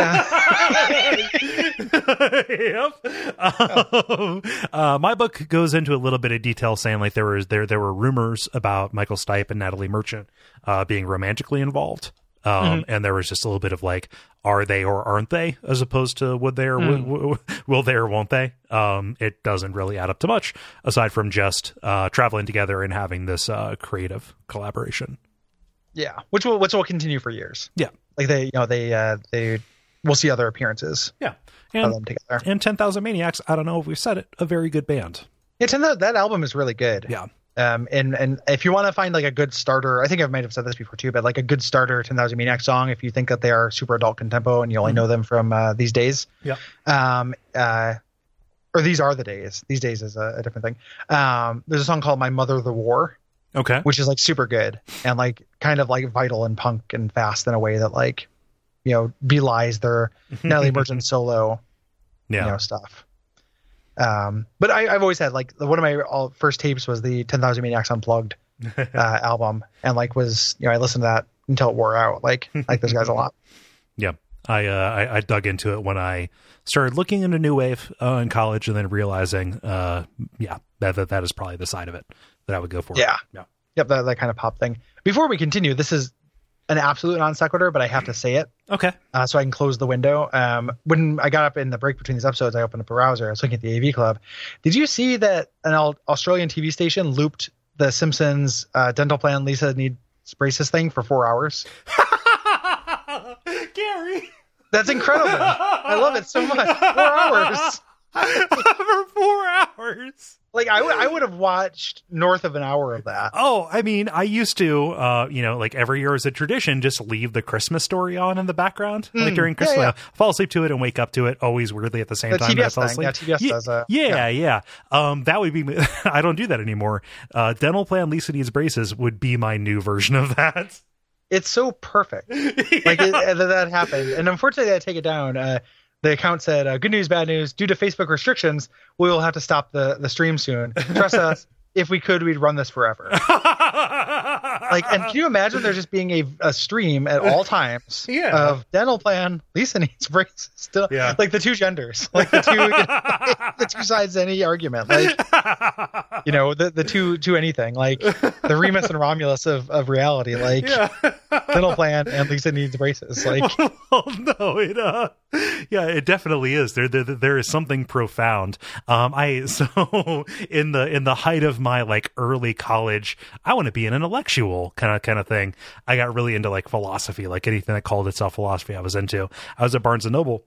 uh,
yep. Um, uh, my book goes into a little bit of detail saying like there was there there were rumors about Michael Stipe and Natalie Merchant uh, being romantically involved. Um, And there was just a little bit of like, are they or aren't they, as opposed to would they or w- w- will they or won't they? Um, it doesn't really add up to much aside from just uh, traveling together and having this uh, creative collaboration.
yeah, which will which will continue for years.
Yeah.
Like they you know they uh they we'll see other appearances
Yeah. Um,
of
And
them together.
and Ten Thousand Maniacs, I don't know if we've said it, a very good band.
Yeah, ten, that, that album is really good.
Yeah.
Um, and and if you want to find like a good starter, I think I might have said this before too, but like a good starter Ten Thousand Maniac song, if you think that they are super adult contempo and you only know them from uh, these days,
Mm-hmm. Yeah.
um, uh, or these are the days. These days is a, a different thing. Um, there's a song called "My Mother the War,"
Okay.
which is like super good and like kind of like vital and punk and fast in a way that like you know belies their Natalie Merchant solo
Yeah.
you know stuff. Um, but I, I've always had like one of my all first tapes was the Ten Thousand Maniacs Unplugged uh, album, and like was you know I listened to that until it wore out. Like like those guys a lot.
Yeah, I, uh, I I dug into it when I started looking into new wave uh, in college, and then realizing, uh, yeah, that, that that is probably the side of it that I would go for.
Yeah.
yeah,
Yep, that, that kind of pop thing. Before we continue, this is an absolute non sequitur, but I have to say it
okay,
uh, so I can close the window. Um, when I got up in the break between these episodes, I opened up a browser. I was looking at the AV Club. Did you see that an Al- Australian TV station looped the Simpsons uh, dental plan Lisa needs braces thing for four hours?
Gary,
That's incredible. I love it so much. Four hours.
for four hours.
Like I would, I would have watched north of an hour of that.
Oh, I mean, I used to, uh, you know, like every year as a tradition, just leave the Christmas story on in the background, like
Mm,
during Christmas.
yeah, yeah.
Fall asleep to it and wake up to it, always weirdly at the same
The
time. that I
TBS
fell
thing.
asleep.
Yeah, TBS does that.
Yeah, yeah. Um, that would be. I don't do that anymore. Uh, dental plan Lisa needs braces would be my new version of that.
It's so perfect. Like it, uh, that, that happened, and unfortunately, I take it down. Uh, the account said, uh, "Good news, bad news. Due to Facebook restrictions, we will have to stop the the stream soon. Trust us. If we could, we'd run this forever." Like, and can you imagine there just being a, a stream at all times
Yeah.
of dental plan? Lisa needs braces. Still,
Yeah.
like the two genders, like the two the two sides of any argument. Like, you know the the two to anything like the Remus and Romulus of of reality like
yeah.
dental plan and Lisa needs braces like
oh no it uh yeah it definitely is there there, there is something profound um i so in the in the height of my like early college i want to be an intellectual kind of kind of thing i got really into like philosophy like anything that called itself philosophy i was into i was at barnes and noble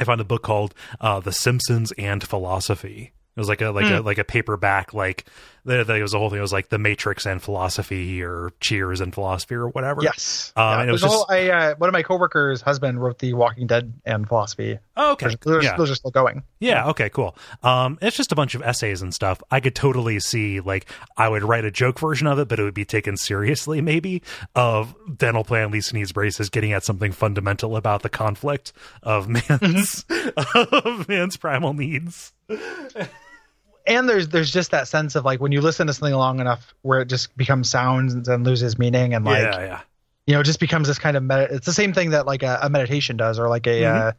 I found a book called uh, "The Simpsons and Philosophy." It was like a like a like a paperback like there there was a whole thing. It was like "The Matrix and Philosophy" or "Cheers and Philosophy" or whatever.
yes
Um,
Yeah,
and it was
there's a
just-
whole- I, uh, one of my coworkers husband wrote the Walking Dead and philosophy
Oh, okay.
they're,
yeah.
they're still going
Yeah, okay, cool. Um it's just a bunch of essays and stuff. I could totally see like I would write a joke version of it, but it would be taken seriously maybe of dental plan Lisa needs braces getting at something fundamental about the conflict of man's
Mm-hmm.
of man's primal needs.
and there's there's just that sense of like when you listen to something long enough where it just becomes sounds and loses meaning and like
yeah, yeah.
you know it just becomes this kind of med- it's the same thing that like a, a meditation does or like a
Mhm.
uh,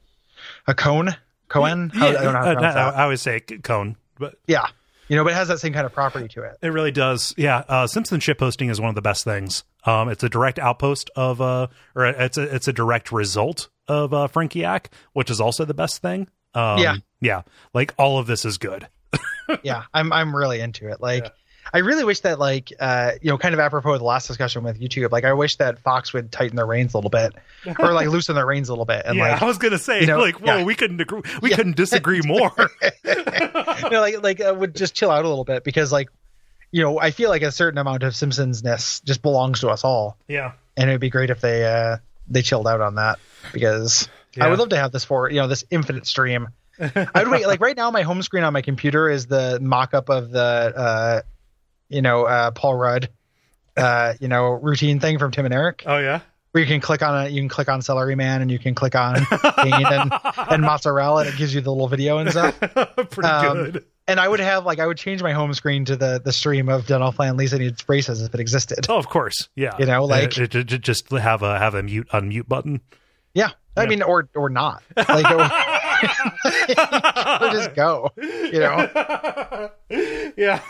a cone Cohen How- I don't know how to
Uh,
pronounce
no,
that.
I always say c- cone, but
yeah you know but it has that same kind of property to it
It really does. Yeah. Uh, Simpson shitposting is one of the best things. Um, it's a direct outpost of, uh, or it's a, it's a direct result of, uh, Frankiak, which is also the best thing. Um,
Yeah.
Yeah. Like all of this is good.
yeah i'm i'm really into it like
Yeah.
i really wish that like uh you know kind of apropos of the last discussion with youtube like i wish that fox would tighten their reins a little bit or like loosen their reins a little bit and
yeah.
like
I was going to say,
you know,
like, whoa,
yeah.
we couldn't agree, we
Yeah.
couldn't disagree more.
you know, like like uh, would just chill out a little bit because like you know i feel like a certain amount of simpsonsness just belongs to us all
yeah.
and it would be great if they uh they chilled out on that because
Yeah.
i would love to have this for you know this infinite stream i'd wait like right now my home screen on my computer is the mock-up of the uh you know uh paul rudd uh you know routine thing from tim and eric
Oh yeah.
where you can click on it you can click on celery man and you can click on Dean and, and mozzarella and it gives you the little video and stuff
Pretty
Um,
good.
and i would have like i would change my home screen to the the stream of dental plan lisa needs braces if it existed
Oh, of course. Yeah.
you know, like-
Uh, j- j- just have a, have a mute, unmute button.
yeah i
Yeah.
mean or or not like or, or just go you know
yeah.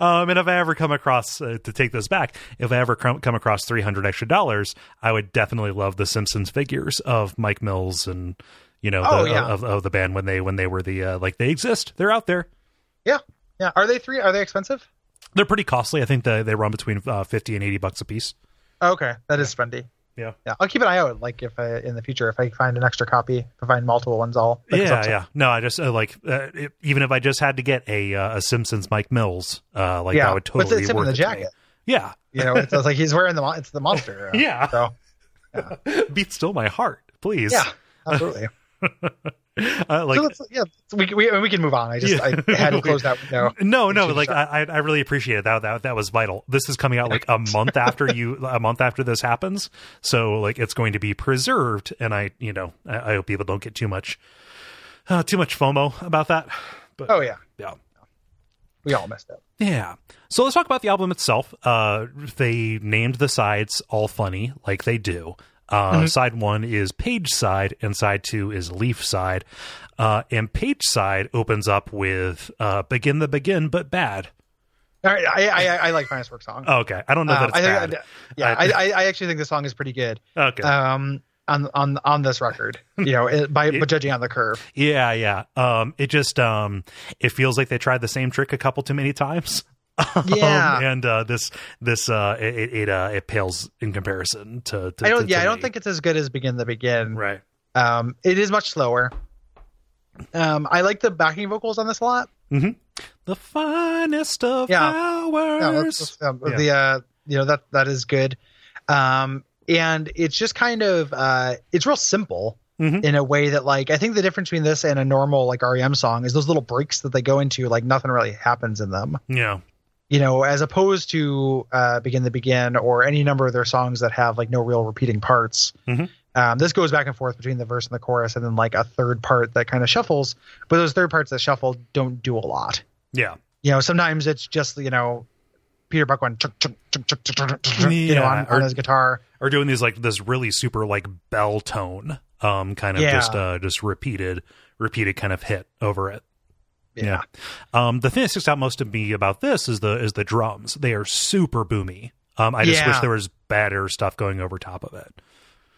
Um, and if I ever come across uh, to take this back, if I ever come come across three hundred extra dollars, I would definitely love the Simpsons figures of Mike Mills and you know the,
Oh, yeah.
of, of the band when they when they were the uh, like they exist. They're out there.
Yeah, yeah. Are they three? Are they expensive?
They're pretty costly. I think they they run between uh, fifty and eighty bucks a piece.
Oh, okay, that is spendy.
Yeah.
Yeah, I'll keep an eye out. Like if I in the future, if I find an extra copy, if I find multiple ones, I'll. pick
yeah,
some-
yeah. No, I just uh, like uh, it, even if I just had to get a uh, a Simpsons Mike Mills, uh, like
yeah.
I would
But
totally
it's him in
worth
the
it to me.
jacket.
Yeah,
You know, it's, it's like he's wearing the mon- it's the monster. uh,
Yeah.
So
beat still my heart, please.
yeah, absolutely.
Uh, like
so that's, yeah, so we, we we can move on. I just
Yeah.
I had to close that window.
no,
We
no,
should
like
start.
I, I I really appreciate it. That, that that was vital. This is coming out like a month after you, a month after this happens. So like it's going to be preserved, and I, you know, I, I hope people don't get too much, uh, too much FOMO about that. But
Oh yeah,
yeah.
we all messed up.
Yeah. So let's talk about the album itself. Uh, they named the sides all funny, like they do. Uh, Side one is page side, and side two is leaf side. Uh, and page side opens up with uh, begin the begin, but bad.
All right, I I, I, I like Finest Work song.
Oh, okay. I don't know that
Um,
it's
I
bad.
think, yeah,
I-
I, I, I actually think the song is pretty good.
okay.
Um, on on on this record, you know, it, by but judging on the curve,
yeah, yeah. Um, it just um, it feels like they tried the same trick a couple too many times.
Yeah.
Um, and uh, this this uh, it it it, uh, it pales in comparison to. to
I don't.
to-
yeah,
to
I don't
me.
think it's as good as Begin the Begin.
right.
Um, it is much slower. Um, I like the backing vocals on this a lot.
Mm-hmm. The finest of
Yeah.
hours.
Yeah, that's, that's, um,
Yeah.
the uh, you know that that is good. Um, and it's just kind of uh, it's real simple
Mhm.
in a way that like I think the difference between this and a normal like REM song is those little breaks that they go into like nothing really happens in them.
yeah.
you know, as opposed to uh, Begin the Begin or any number of their songs that have like no real repeating parts.
Mhm.
Um, this goes back and forth between the verse and the chorus, and then like a third part that kind of shuffles. But those third parts that shuffle don't do a lot.
Yeah.
You know, sometimes it's just you know Peter Buck went chuk, chuk, chuk, chuk, chuk, chuk, chuk, chuk, you know
Yeah,
on,
or-
on his guitar.
Or doing these like this really super like bell tone, um, kind of
Yeah.
just uh just repeated repeated kind of hit over it.
Yeah.
Yeah. Um, the thing that sticks out most to me about this is the is the drums. They are super boomy. Um, I just
Yeah.
wish there was better stuff going over top of it.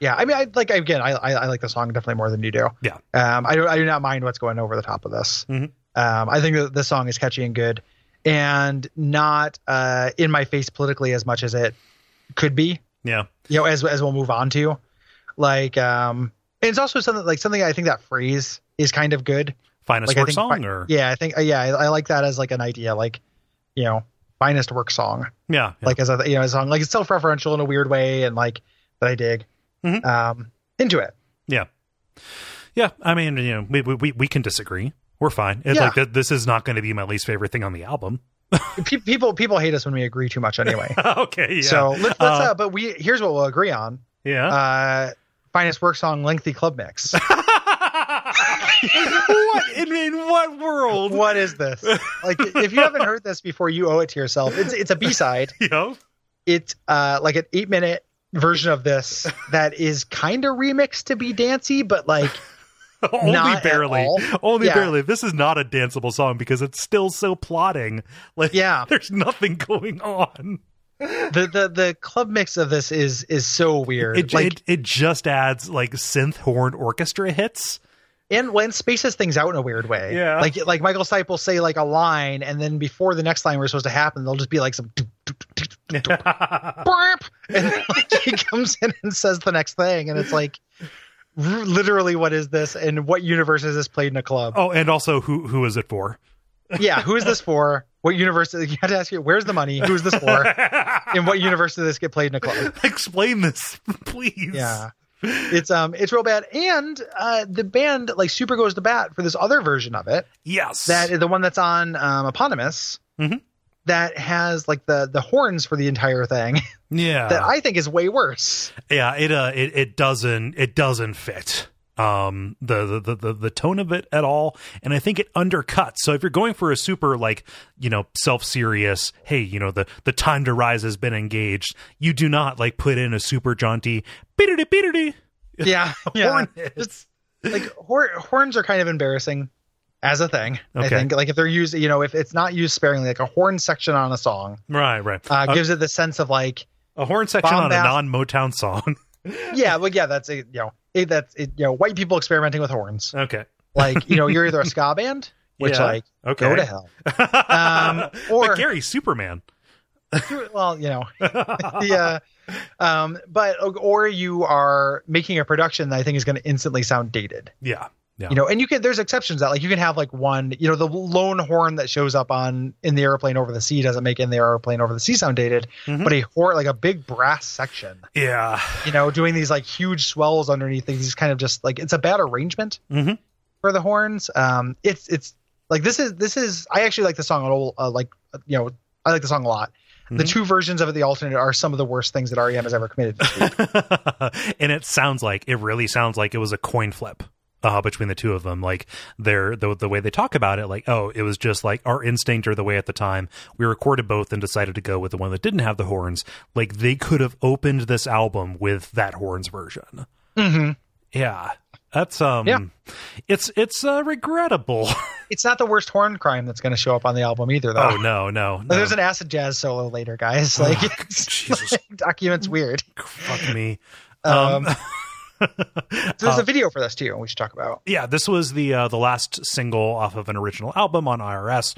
Yeah, I mean, I like again, I, I I like the song definitely more than you do.
Yeah.
Um, I do I do not mind what's going over the top of this.
Mhm.
Um, I think that this song is catchy and good, and not uh in my face politically as much as it could be.
Yeah.
You know, as as we'll move on to, like um, and it's also something like something I think that phrase is kind of good.
Finest
Like, I
work
think
song
fi-
or
Yeah, I think yeah, I, I like that as like an idea, like you know, finest work song
yeah. yeah.
like as a you know a song like it's self-referential in a weird way and like that i dig
Mhm.
um into it
Yeah. Yeah. I mean, you know, we, we- we, we can disagree. We're fine. It's
Yeah.
like, th- this is not going to be my least favorite thing on the album.
Pe- people people hate us when we agree too much anyway
okay. Yeah.
so let's, let's
Uh,
uh, but we here's what we'll agree on
yeah.
uh finest work song lengthy club mix
what in, in what world?
what is this like if you haven't heard this before you owe it to yourself it's it's a b-side
You know?
it's uh like an eight minute version of this that is kind of remixed to be dancey but like
Only
Not at
barely.
all.
Only
Yeah.
barely. This is not a danceable song because it's still so plotting. Like
yeah
there's nothing going on.
the the the club mix of this is is so weird
It,
like
it it just adds like synth horn orchestra hits.
and when spaces things out in a weird way.
Yeah.
Like like Michael Stipe will say like a line, and then before the next line we're supposed to happen, they'll just be like some doop, doop, doop, doop,
yeah.
burp, and then like he comes in and says the next thing, and it's like r- literally what is this and what universe is this played in a club?
Oh, and also who who is it for?
Yeah, who is this for? What universe? You have to ask you, where's the money? Who is this for? In what universe does this get played in a club?
Explain this, please.
Yeah. It's um it's real bad. And uh the band like super goes to bat for this other version of it.
Yes.
that the one that's on um, eponymous
Mhm.
that has like the the horns for the entire thing
yeah.
that i think is way worse
yeah it uh it, it doesn't it doesn't fit um the, the- the the the tone of it at all and i think it undercuts so if you're going for a super like you know self-serious hey you know the the time to rise has been engaged you do not like put in a super jaunty beatity beatity
yeah yeah
horn hits.
like hor- horns are kind of embarrassing as a thing i
Okay.
think like if they're used you know if it's not used sparingly like a horn section on a song
right right
uh,
a,
gives it the sense of like
a horn section on a
bombast-
non-motown song
yeah well yeah that's it you know it, that's it you know white people experimenting with horns
okay
like you know you're either a ska band which
Yeah.
like
okay
go to hell um,
but
or-
gary superman
well you know yeah um but or you are making a production that i think is going to instantly sound dated
yeah yeah
you know and you can there's exceptions to that like you can have like one you know the lone horn that shows up on in the airplane over the sea doesn't make in the airplane over the sea sound dated
Mhm.
but a horn like a big brass section
yeah
you know doing these like huge swells underneath these kind of just like it's a bad arrangement
Mhm.
for the horns. Um, it's it's like this is this is I actually like the song a little, uh, like you know I like the song a lot. The
Mhm.
two versions of it, the alternate, are some of the worst things that REM has ever committed. to.
and it sounds like it really sounds like it was a coin flip uh, between the two of them. Like they're the the way they talk about it, like oh, it was just like our instinct or the way at the time we recorded both and decided to go with the one that didn't have the horns. Like they could have opened this album with that horns version.
Mhm.
Mm-hmm. Yeah, that's um,
Yeah. Oh.
it's it's uh, regrettable.
It's not the worst horn crime that's going to show up on the album either, though.
oh no, no, no. Oh,
Like, There's an acid jazz solo later, guys. Like, it's,
Jesus,
documents weird.
fuck me.
Um, So there's
Uh,
a video for this too. We should talk about.
yeah this was the uh, the last single off of an original album on irs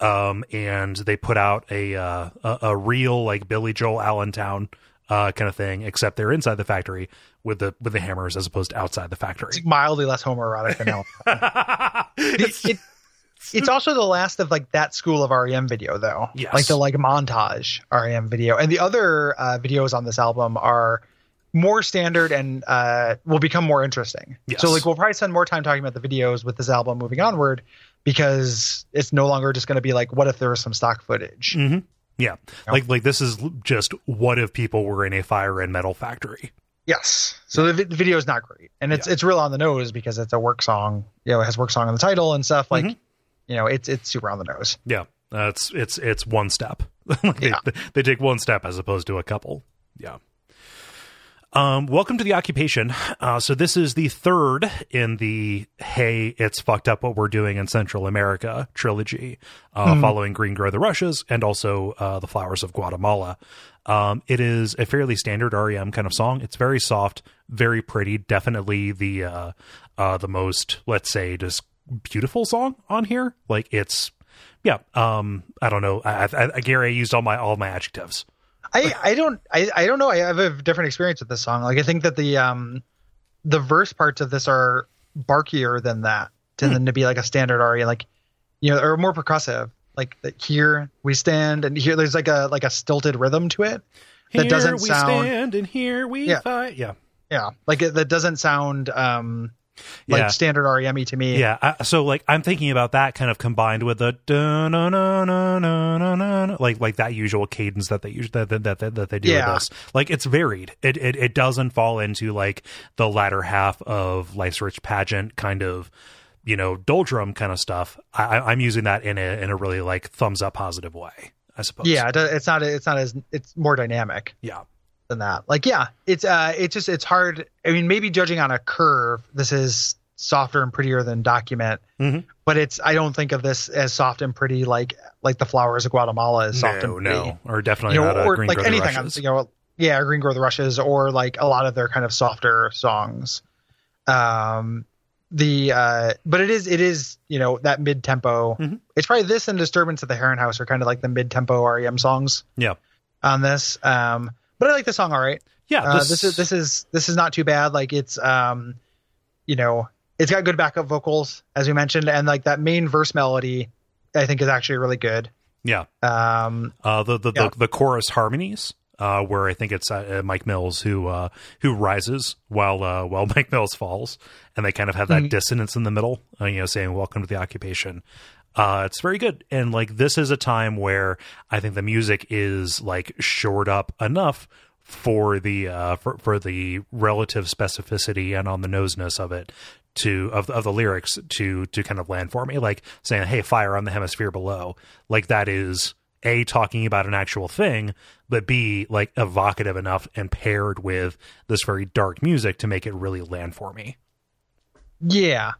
um and they put out a uh a, a real like billy joel allentown uh kind of thing except they're inside the factory with the with the hammers as opposed to outside the factory
It's mildly less homoerotic than Hell.
It's-
It- it- it's also the last of like that school of REM video though.
Yes.
Like the like montage REM video. And the other uh, videos on this album are more standard and uh, will become more interesting.
Yes.
So like we'll probably spend more time talking about the videos with this album moving onward because it's no longer just going to be like what if there was some stock footage.
Mhm. yeah like like this is l- just what if people were in a fire and metal factory
Yes. So the, vi- the video is not great, and it's it's real on the nose because it's a work song. You know, it has work song in the title and stuff. Like,
Mm-hmm.
you know, it's it's super on the nose.
yeah uh, it's it's it's one step Like,
Yeah.
they, they take one step as opposed to a couple yeah um welcome to the occupation uh so this is the third in the hey it's fucked up what we're doing in central america trilogy uh
Hmm.
following green grow the russias and also uh the flowers of guatemala um it is a fairly standard rem kind of song it's very soft very pretty definitely the uh uh the most let's say just beautiful song on here like it's yeah um i don't know i, I, I gary i used all my all my adjectives
I I don't I I don't know. I have a different experience with this song. Like, I think that the um the verse parts of this are barkier than that,
Hmm.
than than to be like a standard aria, like you know, or more percussive. Like that here we stand, and here there's like a like a stilted rhythm to it. That
here
doesn't
we
sound-
stand and here we
Yeah.
fight. Yeah.
Yeah, like it, that doesn't sound um like
Yeah.
standard REM E to me.
Yeah. I, so like I'm thinking about that kind of combined with the dun- no no no no no no no, like like that usual cadence that they use that that that, that they do
Yeah.
with this. Like it's varied. It, it it doesn't fall into like the latter half of life's rich pageant kind of you know doldrum kind of stuff. I, I- I'm using that in a in a really like thumbs up positive way. I suppose.
yeah it do- it's not it's not as it's more dynamic
Yeah.
than that like yeah it's uh it's just it's hard i mean maybe judging on a curve this is softer and prettier than document
Mhm.
but it's i don't think of this as soft and pretty like like the flowers of guatemala is soft
No,
and pretty
no, or definitely
you know
not a
or
green
like
Grow the
anything on,
Rushes.
you know yeah green grow the rushes or like a lot of their kind of softer songs um the uh but it is it is you know that mid-tempo
Mhm.
it's probably this and disturbance at the heron house are kind of like the mid-tempo rem songs
Yeah.
on this. Um, but I like the song all right.
Yeah,
Uh, this is this is this is not too bad. Like it's um, you know, it's got good backup vocals as we mentioned, and like that main verse melody, I think is actually really good.
yeah.
Um,
uh, the the,
Yeah.
the the chorus harmonies. Uh, where I think it's uh, uh, Mike Mills who uh, who rises while uh, while Mike Mills falls, and they kind of have that
Mhm.
dissonance in the middle, uh, you know, saying "Welcome to the occupation." Uh, it's very good, and like this is a time where I think the music is like shored up enough for the uh, for for the relative specificity and on the noseness of it to of of the lyrics to to kind of land for me, like saying "Hey, fire on the hemisphere below," like that is a talking about an actual thing but b like evocative enough and paired with this very dark music to make it really land for me
yeah,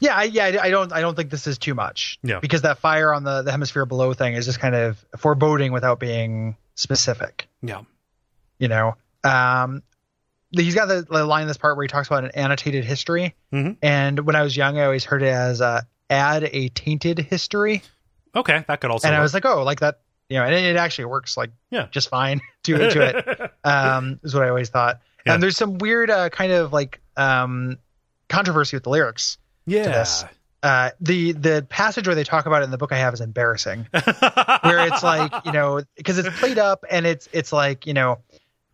yeah, I, yeah. I- I don't I don't think this is too much.
Yeah.
because that fire on the the hemisphere below thing is just kind of foreboding without being specific.
yeah
You know, um, he's got the, the line in this part where he talks about an annotated history.
Mhm.
And when I was young, I always heard it as uh, add a tainted history.
okay that could also
and I
work.
was like, oh, like that, you know, and it, it actually works like
Yeah.
just fine to, to it, um, is what I always thought.
Yeah.
And there's some weird uh, kind of like um, controversy with the lyrics.
yeah
this. Uh, the the passage where they talk about it in the book I have is embarrassing
where
where it's like you know because it's played up and it's it's like you know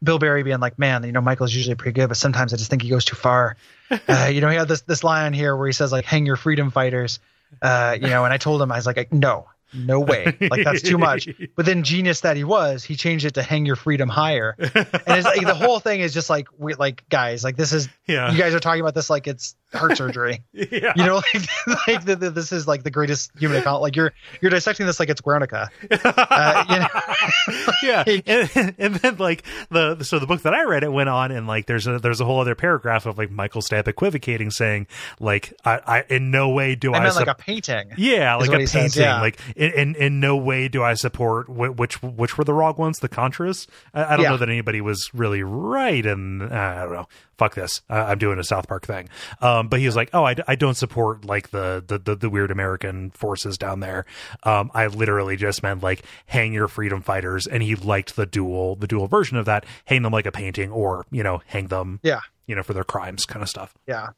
Bill Berry being like, "Man, you know, Michael's usually pretty good, but sometimes I just think he goes too far." Uh, you know, he had this this line here where he says like, "Hang your freedom fighters," uh, you know, and I told him I was like, "No, no way, like that's too much." But then, genius that he was, he changed it to "Hang your freedom higher," and it's, like, the whole thing is just like, we like guys, like this is
Yeah.
you guys are talking about this like it's heart surgery.
yeah.
You know, like, like the, the, this is like the greatest human account. Like you're you're dissecting this like it's Guernica. Uh, you know,
yeah and, and then like the so the book that i read it went on and like there's a there's a whole other paragraph of like michael stapp equivocating saying like i, I in no way do i,
I meant like
sup-
a painting.
yeah
is
like a
what he
painting
says, yeah.
like in, in in no way do i support wh- which which were the wrong ones the contras i, I don't
Yeah.
know that anybody was really right and uh, i don't know fuck this I, i'm doing a south park thing um but he was like oh i, d- I don't support like the, the the the weird american forces down there um i literally just meant like hang your freedom fighters and he liked the dual the dual version of that hang them like a painting or you know hang them
Yeah.
you know for their crimes kind of stuff
Yeah.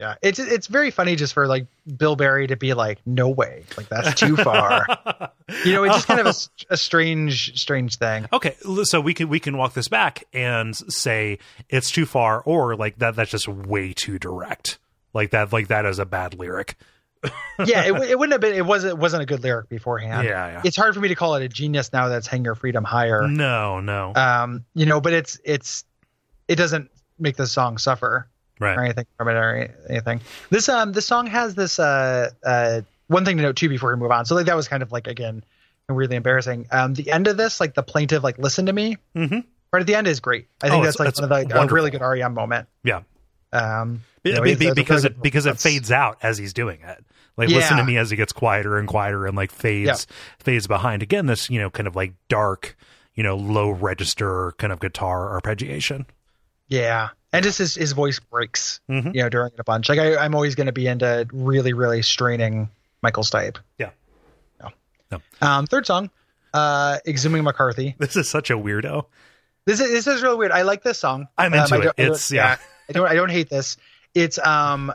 Yeah. It's it's very funny just for like Bill Barry to be like, no way. Like that's too far. you know, it's just kind of a, a strange, strange thing.
Okay, l- so we can we can walk this back and say it's too far, or like that that's just way too direct. Like that, like that is a bad lyric.
Yeah, it, w- it wouldn't have been it wasn't it wasn't a good lyric beforehand.
yeah, yeah.
It's hard for me to call it a genius now that's hang your freedom
Mm.
higher.
No, no,
Um, you know, but it's it's it doesn't make the song suffer or
right.
anything from it or any- anything. This um this song has this uh uh one thing to note too before we move on. So like that was kind of like again weirdly embarrassing. Um the end of this, like the plaintive like listen to me
hmm
right at the end is great. I
Oh,
think
it's-
that's like
it's
one of the a
wonderful.
really good REM moment.
Yeah,
Um,
Be-
you know,
be-
it's- it's a
because
very
it because it
good-
fades out as he's doing it. Like listen to
Yeah.
me as it gets quieter and quieter and like fades fades behind. Again, this you know kind of like dark, you know, low register kind of guitar arpeggiation.
Yeah, and just his his voice breaks.
Mhm.
You know, during it a bunch. Like I, I'm always going to be into really really straining Michael Stipe.
Yeah.
No.
No.
Um, third song, uh, exhuming McCarthy.
This is such a weirdo.
This is this is really weird. I like this song.
I'm
Um,
into
I
it.
don't- I don't-
It's yeah.
I don't I don't hate this. It's um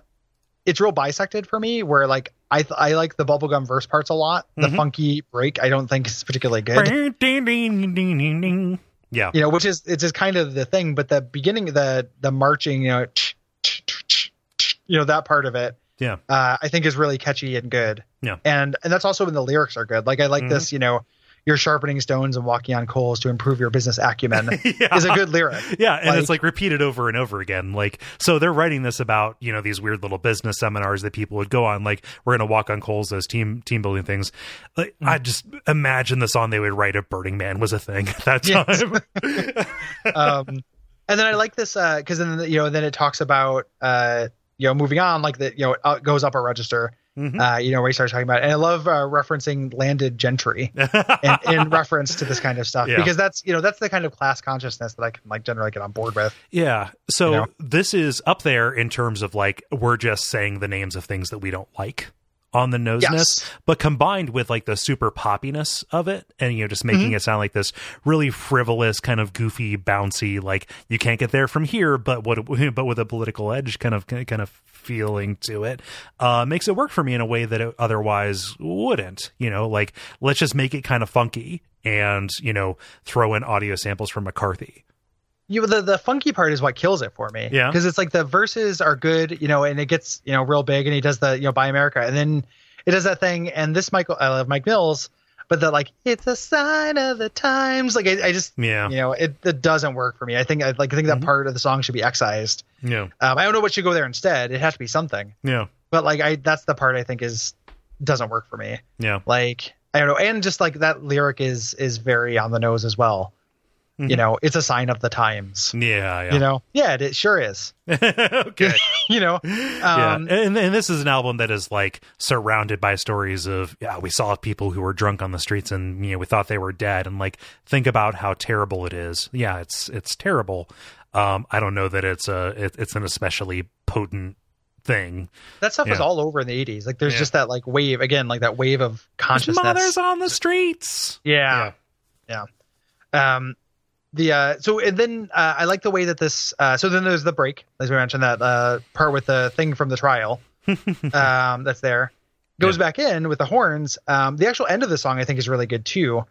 it's real bisected for me where like I th- I like the bubblegum verse parts a lot. The
Mhm.
funky break I don't think is particularly good.
Yeah.
you know, which is it's just kind of the thing. But the beginning, the the marching, you know, tch, tch, tch, tch, tch, you know that part of it,
Yeah.
uh, I think is really catchy and good.
Yeah. Mm-hmm.
and and that's also when the lyrics are good. Like I like this, you know, you're sharpening stones and walking on coals to improve your business acumen
yeah.
is a good lyric.
Yeah, and it's
Like-
like repeated over and over again. Like, so they're writing this about you know these weird little business seminars that people would go on. Like, we're gonna walk on coals, those team team building things. Like, I
Mm.
just imagine the song they would write if Burning Man was a thing at that
Yes.
time.
um, and then I like this because then you know then it talks about uh, you know moving on like that you know it goes up a register.
Mhm.
Uh, you know, where he starts talking about, it. and I love uh, referencing landed gentry. in, in reference to this kind of stuff
Yeah.
because that's you know that's the kind of class consciousness that I can like generally get on board with.
yeah, so
You know?
this is up there in terms of like we're just saying the names of things that we don't like on the noseness.
Yes,
but combined with like the super poppiness of it and you know just
Mm-hmm.
making it sound like this really frivolous kind of goofy bouncy like you can't get there from here but what but with a political edge kind of kind of feeling to it uh makes it work for me in a way that it otherwise wouldn't you know like let's just make it kind of funky and you know throw in audio samples from mccarthy
you the the funky part is what kills it for me.
Yeah.
because it's like the verses are good, you know, and it gets you know real big, and he does the you know Buy America, and then it does that thing, and this Michael I love Mike Mills, but the like it's a sign of the times. Like I, I just
yeah
you know it, it doesn't work for me. I think I like I think that
Mhm.
part of the song should be excised.
yeah
Um, I don't know what should go there instead. It has to be something,
yeah
but like I that's the part I think is doesn't work for me.
yeah
like i don't know and just like that lyric is is very on the nose as well
Mhm.
you know it's a sign of the times
yeah, yeah.
you know yeah it, it sure is
okay
you know
yeah,
Um,
and, and this is an album that is like surrounded by stories of yeah, we saw people who were drunk on the streets and you know we thought they were dead and like think about how terrible it is. Yeah, it's it's terrible. Um, I don't know that it's a it, it's an especially potent thing.
that stuff was
Yeah.
all over in the 80s like there's
Yeah.
just that like wave again like that wave of
There's mothers
consciousness
on the streets.
yeah yeah, um the uh so and then uh, i like the way that this uh so then there's the break as we mentioned that uh part with the thing from the trial um that's there goes back in with the horns um the actual end of the song i think is really good too Um,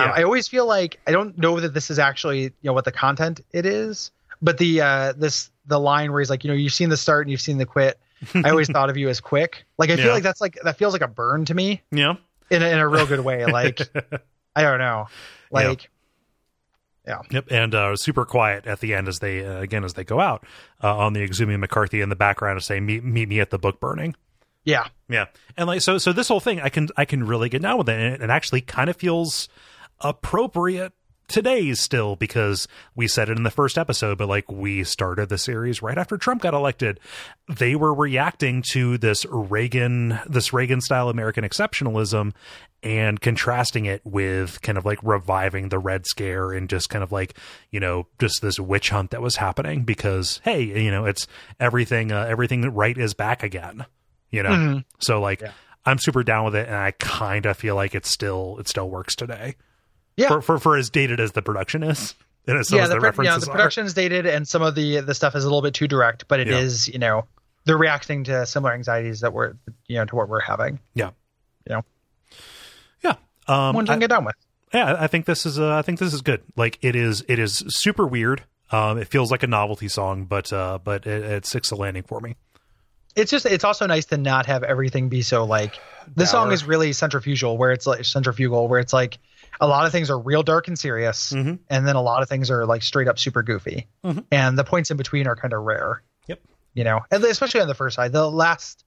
Yeah.
I always feel like I don't know that this is actually you know what the content it is, but the uh, this the line where he's like, you know, you've seen the start and you've seen the quit. I always thought of you as quick. Like I
Yeah.
feel like that's like that feels like a burn to me
Yeah.
in a, in a real good way. Like I don't know,
Yeah.
like
Yep, and uh, super quiet at the end as they uh, again as they go out uh, on the Exumi McCarthy in the background is saying, "Meet meet me at the book burning."
yeah,
Yeah, and like so so this whole thing I can I can really get down with it, and it, it actually kind of feels appropriate today still because we said it in the first episode, but like we started the series right after Trump got elected, they were reacting to this Reagan this Reagan style American exceptionalism and contrasting it with kind of like reviving the Red Scare and just kind of like you know just this witch hunt that was happening because hey you know it's everything uh, everything right is back again you know
Mhm.
so like
Yeah.
I'm super down with it and I kind of feel like it still it still works today
Yeah.
for for, for as dated as the production is and as some
yeah.
as the,
The, pro- you know,
references
the production's dated, and some of the the stuff is a little bit too direct, but it is
Yeah.
you know they're reacting to similar anxieties that we're you know to what we're having.
are. Um,
One
I-
can get done with.
yeah i think this is uh, i think this is good like it is it is super weird um it feels like a novelty song but uh but it, it sticks a landing for me
it's just it's also nice to not have everything be so like the song
Dour.
is really centrifugal where it's like centrifugal where it's like a lot of things are real dark and serious
Mhm.
and then a lot of things are like straight up super goofy
Mhm.
and the points in between are kind of rare
Yep.
you know and especially on the first side the last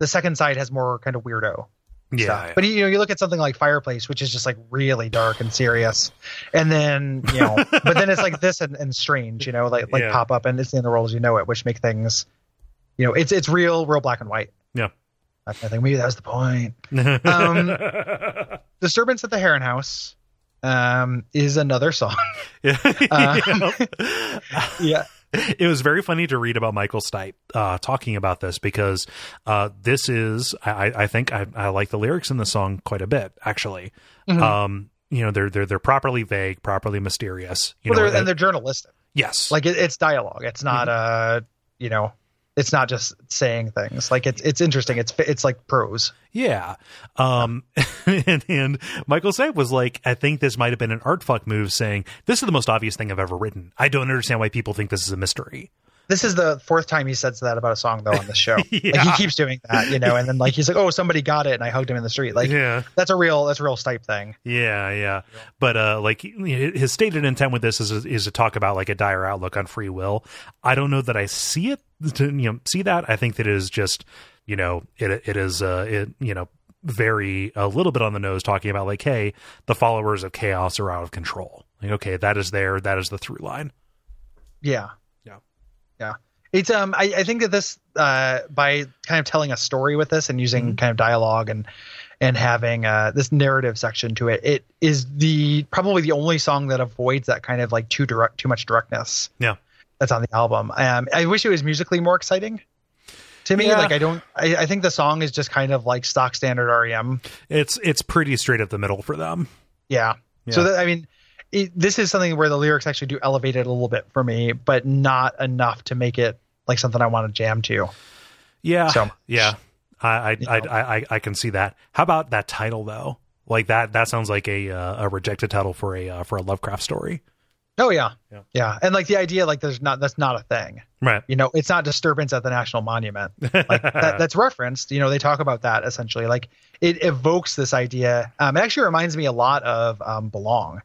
the second side has more kind of weirdo
yeah,
stuff.
yeah.
but you know you look at something like fireplace which is just like really dark and serious and then you know but then it's like this and, and strange you know like like
Yeah.
pop up and it's in the roles you know it which make things you know it's it's real real black and white
Yeah.
i think maybe that was the point um, disturbance at the heron house um is another song
Yeah.
uh,
Yep.
yeah
it was very funny to read about Michael Stipe uh, talking about this because uh, this is I, I I think I, I like the lyrics in the song quite a bit actually.
Mhm.
Um, you know they're they're they're properly vague, properly mysterious. You
well,
know,
they're,
uh,
and they're journalistic
yes,
like it, it's dialogue it's not
Mm-hmm.
uh you know it's not just saying things like it's it's interesting it's it's like prose
Yeah. Um, and, and Michael Stipe was like, I think this might have been an art fuck move saying, this is the most obvious thing I've ever written. I don't understand why people think this is a mystery.
This is the fourth time he says that about a song though on the show.
Yeah.
Like he keeps doing that, you know, and then like he's like, "Oh, somebody got it," and I hugged him in the street. Like
yeah.
that's a real that's a real Stipe thing.
Yeah, yeah, but uh, like his stated intent with this is is to talk about like a dire outlook on free will. I don't know that I see it, to, you know, see that. I think that it is just, you know, it it is uh, it you know, very a little bit on the nose talking about like, hey, the followers of chaos are out of control. Like, okay, that is there, that is the through line.
Yeah.
Yeah.
Yeah. It's um I, I think that this uh by kind of telling a story with this and
Mm-hmm.
using kind of dialogue and and having uh this narrative section to it, it is the probably the only song that avoids that kind of like too direct too much directness.
Yeah.
That's on the album. Um I wish it was musically more exciting. To me,
Yeah.
like I don't I, I think the song is just kind of like stock standard E REM.
It's it's pretty straight up the middle for them.
Yeah. So
Yeah.
that, I mean, it, this is something where the lyrics actually do elevate it a little bit for me, but not enough to make it like something I want to jam to.
Yeah,
So-
yeah. I I,
You
I
know.
I I I can see that. How about that title though? Like that that sounds like a uh, a rejected title for a uh, for a Lovecraft story.
Oh yeah.
Yeah.
And like the idea, like there's not that's not a thing.
Right.
You know, it's not disturbance at the national monument. Like that, that's referenced. You know, they talk about that essentially. Like it evokes this idea. Um, it actually reminds me a lot of um, belong,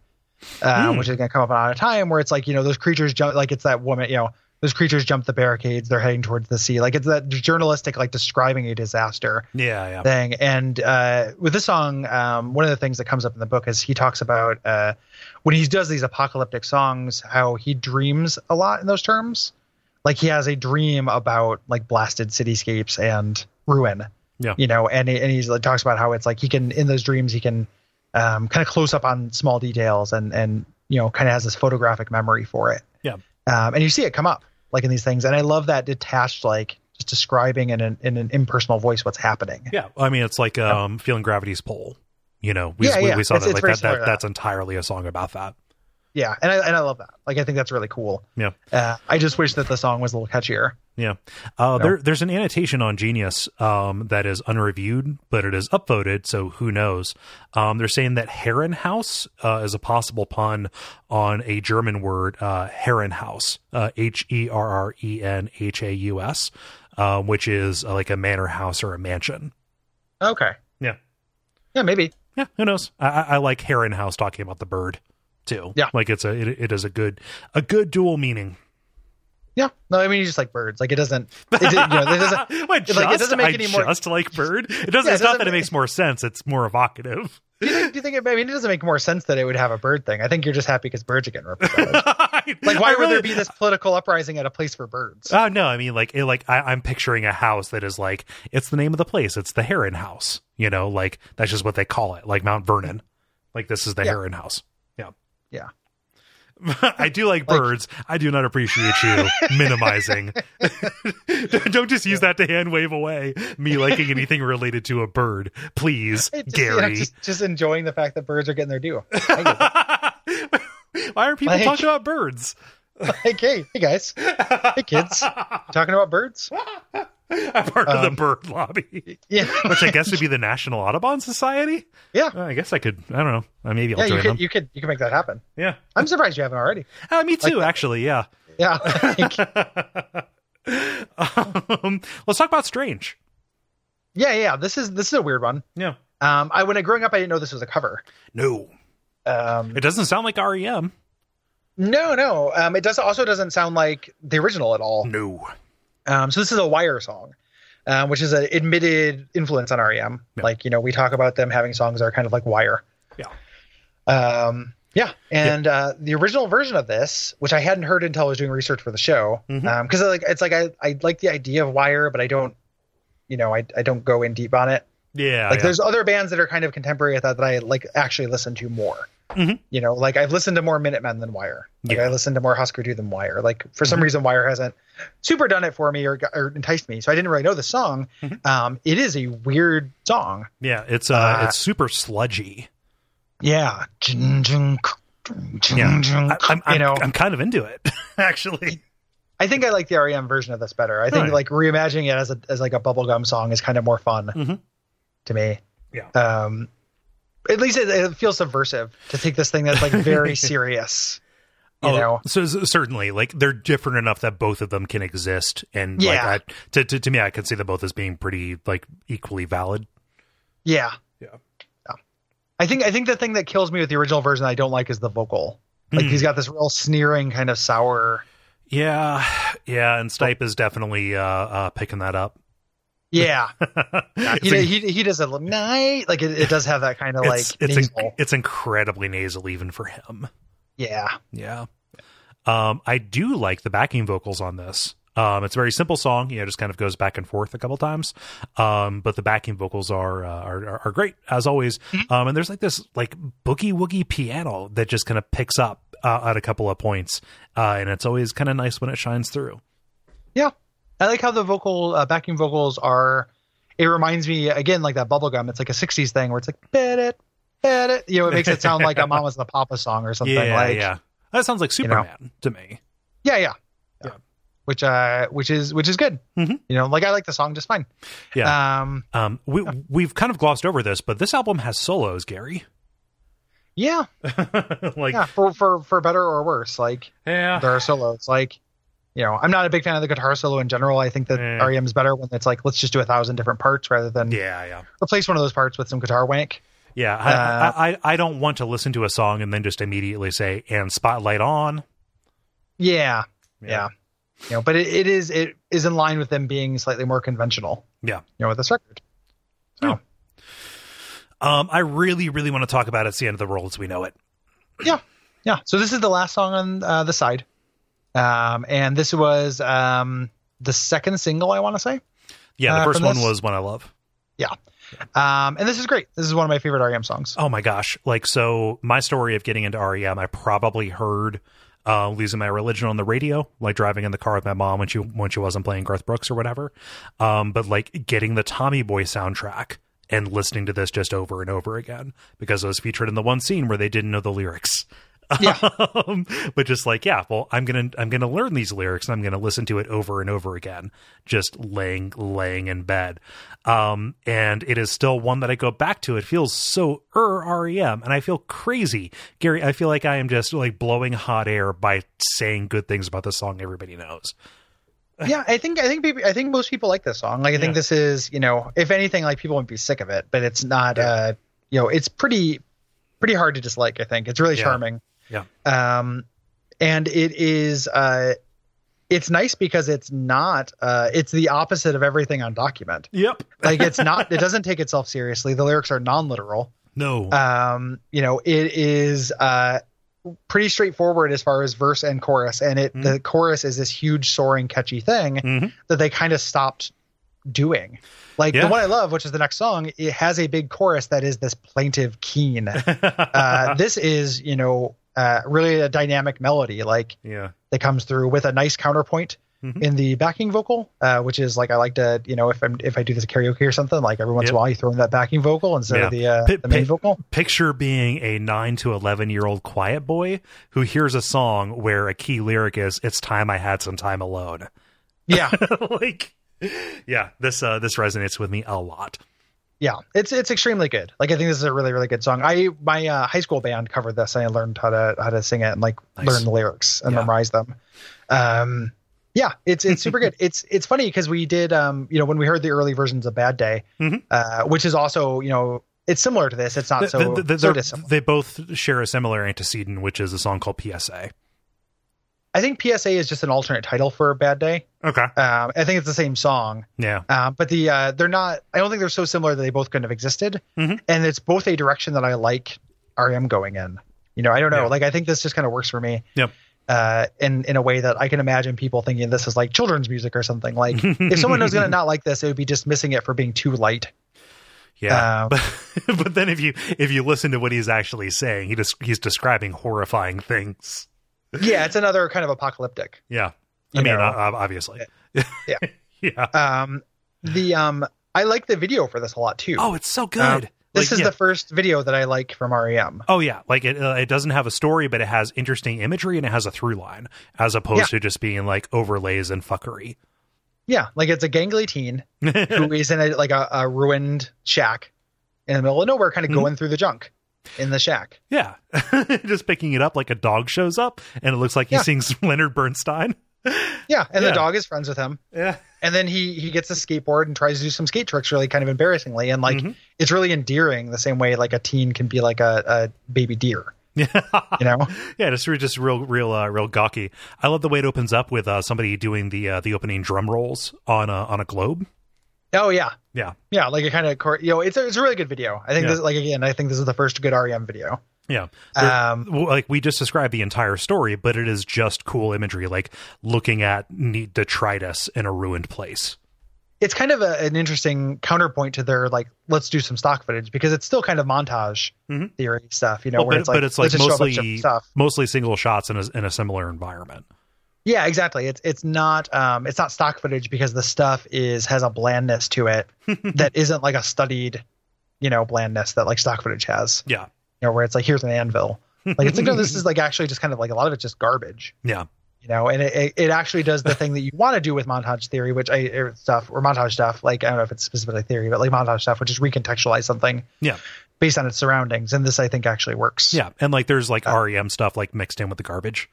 uh,
Hmm.
which is going to come up out of time where it's like you know those creatures jump. Like it's that woman. You know, those creatures jump the barricades. They're heading towards the sea. Like it's that journalistic like describing a disaster.
yeah, yeah.
thing. And uh, with this song, um, one of the things that comes up in the book is he talks about uh, when he does these apocalyptic songs, how he dreams a lot in those terms. Like he has a dream about like blasted cityscapes and ruin.
Yeah.
You know, and he, and he's like talks about how it's like he can in those dreams he can um, kind of close up on small details and and you know kind of has this photographic memory for it.
Yeah.
Um, and you see it come up like in these things, and I love that detached like just describing in an in an impersonal voice what's happening.
Yeah. I mean, it's like um, feeling gravity's pull. You know, we
Yeah,
we,
yeah.
we saw
It's-
that
it's
like
very
that,
similar
that,
to that.
That's entirely a song about that.
Yeah, and I and I love that. Like I think that's really cool.
Yeah.
Uh, I just wish that the song was a little catchier.
Yeah. Uh, there, there's an annotation on Genius um, that is unreviewed, but it is upvoted, so who knows? Um, they're saying that Herrenhaus uh, is a possible pun on a German word, uh, Herrenhaus, uh, H E R R E N H A U S, uh, which is uh, like a manor house or a mansion.
Okay.
Yeah.
Yeah, maybe.
Yeah, who knows? I, I I like Herrenhaus talking about the bird too.
Yeah.
like it's a it, it is a good a good dual meaning.
Yeah. No, I mean, you just like birds. Like it doesn't. It, did- you know, this doesn't.
What,
it, like, it
just-
doesn't make
I
any more-
just like bird. It doesn't.
Yeah, it
it's not
doesn't
that it
make-
makes more sense. It's more evocative.
Do you think? Do you think? It, I mean, it doesn't make more sense that it would have a bird thing. I think you're just happy because birds are getting represented. like, why would there be this political uprising at a place for birds?
Oh no! I mean, like, it, like I, I'm picturing a house that is like it's the name of the place. It's the Heron House. You know, like that's just what they call it. Like Mount Vernon. Like this is the
Yeah.
Heron House. Yeah.
Yeah.
I do like
Like-
birds. I do not appreciate you minimizing. Don't don't just use that to hand wave away me liking anything related to a bird, please,
It just, you know,
Gary.
just, just enjoying the fact that birds are getting their due. I get
Why are people
Like-
talking about birds?
it. like, hey, hey guys, hey kids, talking about birds?
I'm part of the
Um,
bird lobby,
Yeah,
which I guess would be the National Audubon Society.
Yeah.
Uh, I guess I could. I don't know. Uh, maybe I'll
yeah.
join
You
them.
could, you could, you could make that happen.
yeah,
I'm surprised you haven't already.
uh, me
Like-
too. actually, yeah.
Yeah, Like,
um, let's talk about Strange.
yeah, yeah. This is this is a weird one.
Yeah.
Um, I when I growing up, I didn't know this was a cover.
No,
Um,
it doesn't sound like E REM.
no, no. Um, it does also doesn't sound like the original at all.
No.
Um, so this is a Wire song, um, which is an admitted influence on REM.
Yeah.
Like you know, we talk about them having songs that are kind of like Wire.
Yeah.
Um, yeah, and Uh, the original version of this, which I hadn't heard until I was doing research for the show, because
Mhm.
like it's like I, I like the idea of Wire, but I don't, you know, I, I don't go in deep on it.
Yeah.
like
yeah.
there's other bands that are kind of contemporary with that that I like actually listen to more.
Mhm.
You know, like I've listened to more Minutemen than Wire. Like
Yeah. Mm-hmm.
I listened to more Husker Du than Wire. Like for some reason, Wire hasn't super done it for me or, or enticed me. So I didn't really know the song.
Mhm.
Um, it is a weird song.
yeah. It's uh,
uh,
it's super sludgy.
Yeah. Yeah.
Yeah. I, I'm, I'm,
you know,
I'm kind of into it actually.
I think I like the REM version of this better. I think
Right.
like reimagining it as a as like a bubblegum song is kind of more fun
Mhm.
to me.
Yeah.
Um at least it, it feels subversive to take this thing that's like very serious. You know.
Oh, so so certainly, like they're different enough that both of them can exist, and
Yeah.
like I, to, to to me, I can see them both as being pretty like equally valid.
Yeah.
Yeah.
Yeah. I think I think the thing that kills me with the original version I don't like is the vocal. Like
Hmm.
he's got this real sneering kind of sour.
Yeah, yeah,
Oh.
and Stipe is definitely uh, uh, picking that up.
Yeah.
it's,
he, he he does a little night like it, it does have that kind of like
it's it's,
nasal.
inc- it's incredibly nasal even for him.
yeah.
Yeah. Um, I do like the backing vocals on this. Um, it's a very simple song. You know, just kind of goes back and forth a couple times. Um, but the backing vocals are uh, are, are- are great as always. Um, and there's like this like boogie woogie piano that just kind of picks up uh, at a couple of points, uh, and it's always kind of nice when it shines through.
Yeah, I like how the vocal uh, backing vocals are. It reminds me again like that bubblegum. It's like a '60s thing where it's like bet it, bet it. You know, it makes it sound like a Mama's and the Papa song or something.
yeah,
like,
yeah. That sounds like
You know.
Superman to me.
yeah, yeah,
Yeah.
Which uh, which is which is good.
Mhm.
You know, like I like the song just fine.
Yeah.
Um.
Um, we we've kind of glossed over this, but this album has solos, Gary.
Yeah.
like,
Yeah. For for for better or worse, like
yeah,
there are solos. Like, you know, I'm not a big fan of the guitar solo in general. I think that
Mm.
REM is better when it's like let's just do a thousand different parts rather than
yeah, yeah.
replace one of those parts with some guitar wank.
Yeah, I,
Uh,
I, I I don't want to listen to a song and then just immediately say and spotlight on.
Yeah. yeah you know but it, it is it is in line with them being slightly more conventional
Yeah.
you know with this record
Um, I really really want to talk about it's the end of the world as we know it.
yeah so this is the last song on uh, the side um and this was um the second single i want to say
Yeah, the
Uh,
first
from
one
this-
was one I love.
um and this is great this is one of my favorite rem songs
Oh my gosh! Like so, my story of getting into REM, I probably heard uh, losing my religion on the radio, like driving in the car with my mom when she when she wasn't playing Garth Brooks or whatever. Um, but like getting the Tommy Boy soundtrack and listening to this just over and over again because it was featured in the one scene where they didn't know the lyrics.
Yeah.
um, but just like yeah well i'm gonna i'm gonna learn these lyrics and i'm gonna listen to it over and over again just laying laying in bed um and it is still one that i go back to it feels so er rem and i feel crazy gary i feel like i am just like blowing hot air by saying good things about the song everybody knows
yeah, I think I think people, I think most people like this song. Like I think
Yeah.
this is you know if anything like people would be sick of it, but it's not.
Yeah.
Uh, you know, it's pretty pretty hard to dislike. I think it's really
Yeah.
charming.
Yeah.
Um, and it is uh, it's nice because it's not uh, it's the opposite of everything on document.
yep
Like it's not it doesn't take itself seriously. The lyrics are non literal.
no
Um, you know, it is uh pretty straightforward as far as verse and chorus and it
Mhm.
the chorus is this huge soaring catchy thing
Mhm.
that they kind of stopped doing. Like
Yeah.
the one I love, which is the next song, it has a big chorus that is this plaintive keen. Uh, this is, you know, uh, really a dynamic melody like
yeah
that comes through with a nice counterpoint
Mhm.
in the backing vocal, uh, which is like I like to, you know, if I'm if I do this karaoke or something, like every once in
Yep.
a while you throw in that backing vocal instead of the uh,
Pi-
the main
pi-
vocal.
picture being a 9 to 11 year old quiet boy who hears a song where a key lyric is it's time i had some time alone
Yeah,
like yeah this uh this resonates with me a lot
yeah, it's it's extremely good. Like I think this is a really really good song. I my uh, high school band covered this and I learned how to how to sing it and like
Nice.
learn the lyrics and
Yeah.
memorize them. Um, yeah, it's it's super good. It's it's funny because we did um you know when we heard the early versions of Bad Day,
Mhm.
uh, which is also you know it's similar to this. It's not
Th-
so
th- th-
so
they're-
dissimilar.
they both share a similar antecedent which is a song called psa
I think PSA is just an alternate title for Bad Day.
okay
Um, I think it's the same song,
yeah
uh, but the uh, they're not. I don't think they're so similar that they both couldn't have existed.
Mhm.
And it's both a direction that I like REM going in. You know, I don't know.
Yeah.
Like I think this just kind of works for me.
Yep.
Uh, in in a way that I can imagine people thinking this is like children's music or something. Like if someone was going to not like this, it would be dismissing it for being too light.
yeah
Um,
but, but then if you if you listen to what he's actually saying he just he's describing horrifying things
Yeah, it's another kind of apocalyptic.
yeah i
You
mean
know.
uh, obviously
Yeah.
yeah
Um, the um, I like the video for this a lot too.
oh it's so good
Um, this
Like,
is
yeah.
the first video that I like from E REM.
Oh yeah, like it uh, it doesn't have a story, but it has interesting imagery and it has a through line, as opposed
Yeah.
to just being like overlays and fuckery.
Yeah, like it's a gangly teen who is in a, like a, a ruined shack in the middle of nowhere, kind of
Mhm.
going through the junk in the shack.
yeah, just picking it up like a dog shows up and it looks like he
Yeah.
sings Leonard Bernstein.
Yeah, and
Yeah.
the dog is friends with him,
Yeah,
and then he he gets a skateboard and tries to do some skate tricks, really kind of embarrassingly, and like
Mhm.
it's really endearing the same way like a teen can be like a, a baby deer,
yeah,
you know?
yeah. Just re- just real, real, uh, real gawky. I love the way it opens up with uh, somebody doing the uh, the opening drum rolls on a on a globe.
oh yeah,
Yeah,
yeah, like a kind of cor- you know, it's a, it's a really good video. I think
Yeah.
this like again, I think this is the first good REM video.
yeah. There-
Um,
well, like we just described the entire story, but it is just cool imagery, like looking at neat detritus in a ruined place.
it's kind of a, an interesting counterpoint to their like let's do some stock footage because it's still kind of montage
Mhm.
theory stuff you know
Well,
where
but,
it's like
but it's like
let's just show a bunch of
mostly
stuff
mostly single shots in a, in a similar environment.
yeah exactly it's it's not um it's not stock footage because the stuff is has a blandness to it that isn't like a studied you know blandness that like stock footage has
Yeah,
you know where it's like here's an anvil like it's like no this is like actually just kind of like a lot of it's just garbage
yeah,
you know and it, it, it actually does the thing that you want to do with montage theory which i or stuff or montage stuff like i don't know if it's specifically theory but like montage stuff which is recontextualize something
Yeah.
based on its surroundings and this i think actually works
yeah, and like there's like
Uh,
REM stuff like mixed in with the garbage,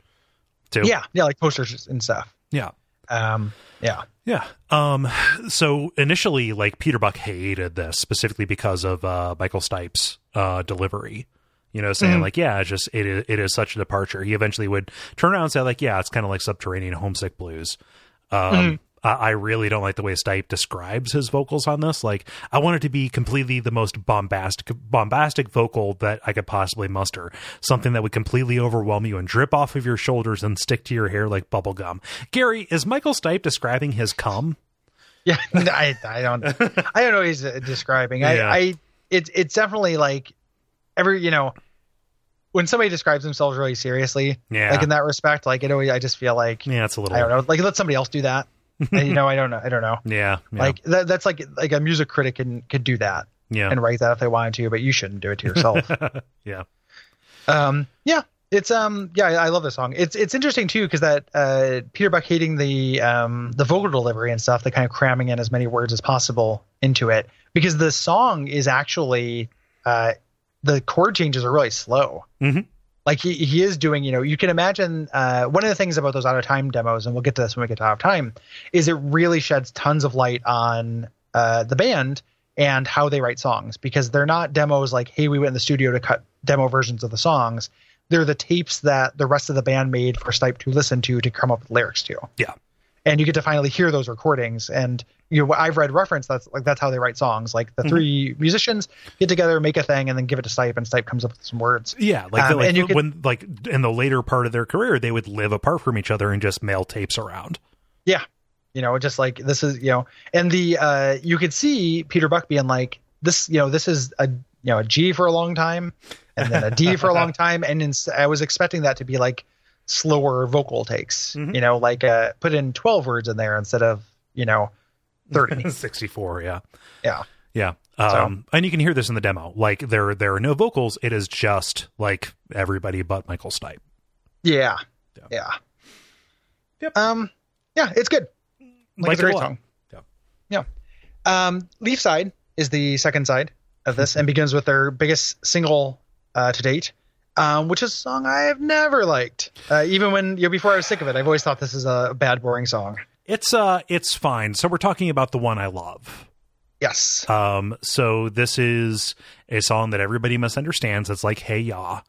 too.
yeah yeah like posters and stuff
yeah,
um yeah
yeah. Um, so initially, like Peter Buck hated this specifically because of uh, Michael Stipe's uh, delivery. You know, saying
Mhm.
like, yeah, it's just it is it is such a departure. He eventually would turn around and say like, yeah, it's kind of like subterranean homesick blues. Um,
Mhm.
I I really don't like the way Stipe describes his vocals on this. Like, I want it to be completely the most bombastic, bombastic vocal that I could possibly muster. Something that would completely overwhelm you and drip off of your shoulders and stick to your hair like bubble gum. Gary, is Michael Stipe describing his cum?
yeah i i don't i don't know what he's uh, describing
Yeah.
i i it's it's definitely like every you know when somebody describes themselves really seriously
Yeah,
like in that respect like it always i just feel like
yeah, it's a little.
i don't know like let somebody else do that And, you know i don't know i don't know
Yeah, yeah,
Like that, that's like like a music critic can could do that
yeah,
and write that if they wanted to, but you shouldn't do it to yourself.
yeah.
um, yeah, It's um yeah, I I love this song. It's it's interesting too because that uh, Peter Buck hating the um the vocal delivery and stuff, the kind of cramming in as many words as possible into it because the song is actually uh the chord changes are really slow.
Mhm.
Like he he is doing you know you can imagine uh one of the things about those out of time demos and we'll get to this when we get to out of time is it really sheds tons of light on uh the band and how they write songs because they're not demos like hey we went in the studio to cut demo versions of the songs they're the tapes that the rest of the band made for Stipe to listen to to come up with lyrics to.
Yeah.
And you get to finally hear those recordings. And you know, I've read reference that's like that's how they write songs. Like the
Mhm.
three musicians get together, make a thing, and then give it to Stipe, and Stipe comes up with some words.
Yeah, like, the-
Um,
like
and you could-
when like in the later part of their career, they would live apart from each other and just mail tapes around.
You know, just like this is you know, and the uh you could see Peter Buck being like this. You know, this is a you know a G for a long time, and then a D for a long time, and in, I was expecting that to be like slower vocal takes.
Mhm.
You know, like uh put in twelve words in there instead of you know thirty.
64 yeah
Yeah.
yeah
So-
um and you can hear this in the demo like there there are no vocals it is just like everybody but michael stipe
Yeah.
Yeah.
Yeah.
Yep.
Um, yeah, it's good. Like, it's a
it
great
lot.
song. Yeah. Um, Leaf Side is the second side of this and begins with their biggest single uh, to date, um, which is a song I have never liked. Uh, even when, you know, before I was sick of it, I've always thought this is a bad, boring song.
it's uh it's fine so we're talking about the one i love
Yes.
um so this is a song that everybody misunderstands it's like hey ya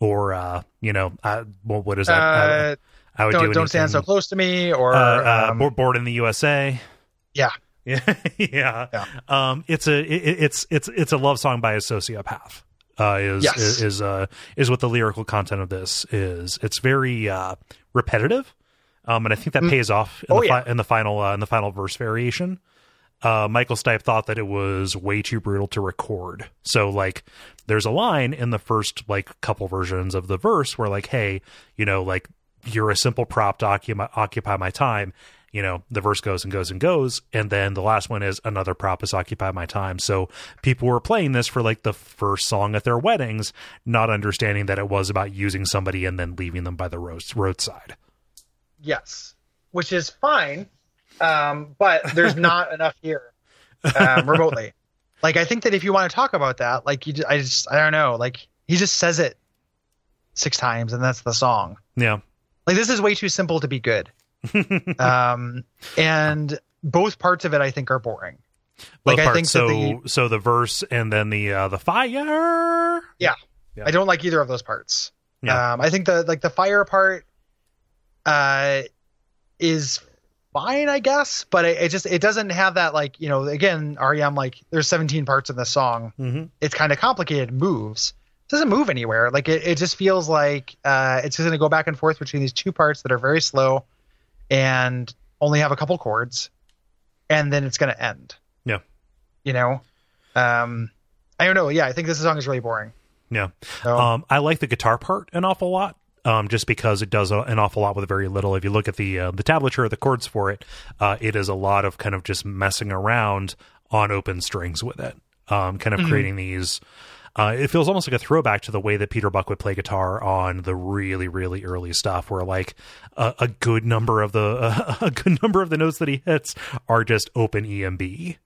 or uh you know uh what, what is that
Uh,
I, I would
don't
do
don't stand so
anything-
close to me or
uh, uh,
um,
Bo- born in the USA.
Yeah.
Yeah. yeah.
Yeah.
Um, it's a, it, it's, it's, it's a love song by a sociopath, uh, is,
Yes.
is, is, uh, is what the lyrical content of this is. It's very, uh, repetitive. Um, and I think that
Mm.
pays off in,
Oh,
the, fi-
yeah.
in the final, uh, in the final verse variation. Uh, Michael Stipe thought that it was way too brutal to record. So like, there's a line in the first like couple versions of the verse where like, hey, you know, like you're a simple prop to occupy, occupy my time. You know, the verse goes and goes and goes, and then the last one is another prop is occupy my time. So people were playing this for like the first song at their weddings, not understanding that it was about using somebody and then leaving them by the road, roadside.
Yes, which is fine, um, but there's not enough here um, remotely. Like I think that if you want to talk about that, like you, ju- I just I don't know. Like he just says it six times, and that's the song.
Yeah,
Like this is way too simple to be good. um, and both parts of it I think are boring. Like,
Both
I
parts.
think that
so.
the-
so the verse and then the uh, the fire. Yeah.
I don't like either of those parts.
Yeah.
Um, I think the like the fire part uh, is fine, I guess, but it, it just it doesn't have that like you know again REM like there's 17 parts in this song.
Mm-hmm.
It's kind of complicated. Moves it doesn't move anywhere. Like it, it just feels like uh, it's just going to go back and forth between these two parts that are very slow and only have a couple chords, and then it's going to end.
Yeah.
You know, um, I don't know. Yeah, I think this song is really boring.
Yeah.
So-
Um, I like the guitar part an awful lot. Um, just because it does a- an awful lot with very little. If you look at the uh, the tablature of the chords for it, uh, it is a lot of kind of just messing around on open strings with it, um, kind of
Mhm.
creating these. Uh, it feels almost like a throwback to the way that Peter Buck would play guitar on the really, really early stuff, where like a, a good number of the a good number of the notes that he hits are just open EMB.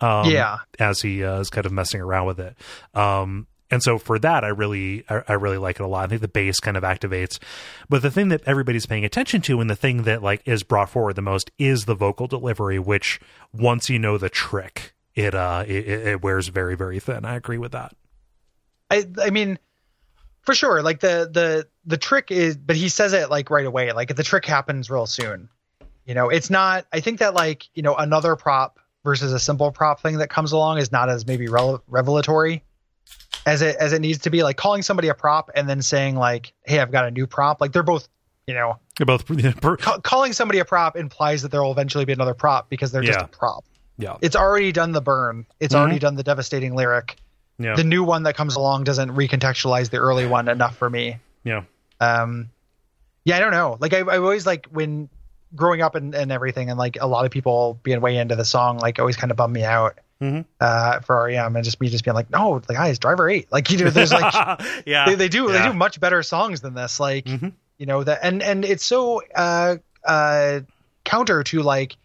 Um,
yeah.
as he uh, is kind of messing around with it. Um, and so for that, I really, I, I really like it a lot. I think the bass kind of activates, but the thing that everybody's paying attention to, and the thing that like is brought forward the most, is the vocal delivery. Which once you know the trick, it uh, it, it it wears very, very thin. I agree with that.
I I mean, for sure. Like the the the trick is, but he says it like right away. Like the trick happens real soon. You know, it's not. I think that like you know another prop versus a simple prop thing that comes along is not as maybe rel- revelatory as it as it needs to be. Like calling somebody a prop and then saying like, "Hey, I've got a new prop." Like they're both. You know,
They're both,
ca- calling somebody a prop implies that there will eventually be another prop because they're just
Yeah.
a prop.
yeah,
It's already done the burn. It's
Mhm.
already done the devastating lyric
yeah,
the new one that comes along doesn't recontextualize the early one enough for me.
yeah.
Um, yeah, I don't know. Like I, I always like when growing up and, and everything, and like a lot of people being way into the song, like always kind of bummed me out
Mhm.
uh, for REM and just me just being like, no, the guy is Driver Eight. Like you know, there's like
yeah.
they, they do
Yeah.
they do much better songs than this. Like
Mhm.
you know that and and it's so uh, uh, counter to like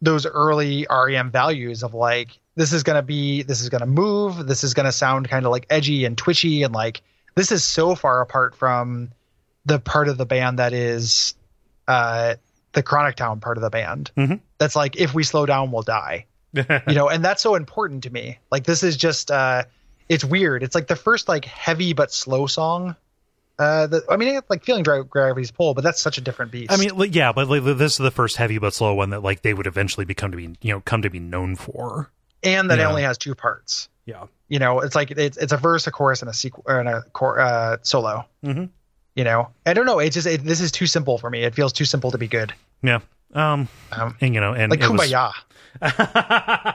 those early REM values of like this is gonna be this is gonna move this is gonna sound kind of like edgy and twitchy and like this is so far apart from the part of the band that is uh, the Chronic Town part of the band
Mhm.
that's like if we slow down we'll die you know and that's so important to me like this is just uh it's weird it's like the first like heavy but slow song uh the, i mean it's like feeling Dra- gravity's pull but that's such a different beast
I mean, li- yeah, but like, this is the first heavy but slow one that like they would eventually become to be you know come to be known for.
and that
yeah.
it only has two parts
Yeah.
you know it's like it's, it's a verse a chorus and a sequel and a cor- uh solo
Mhm.
you know i don't know it's just it, this is too simple for me it feels too simple to be good
Yeah. Um.
um
And you know, and
like
it was-
kumbaya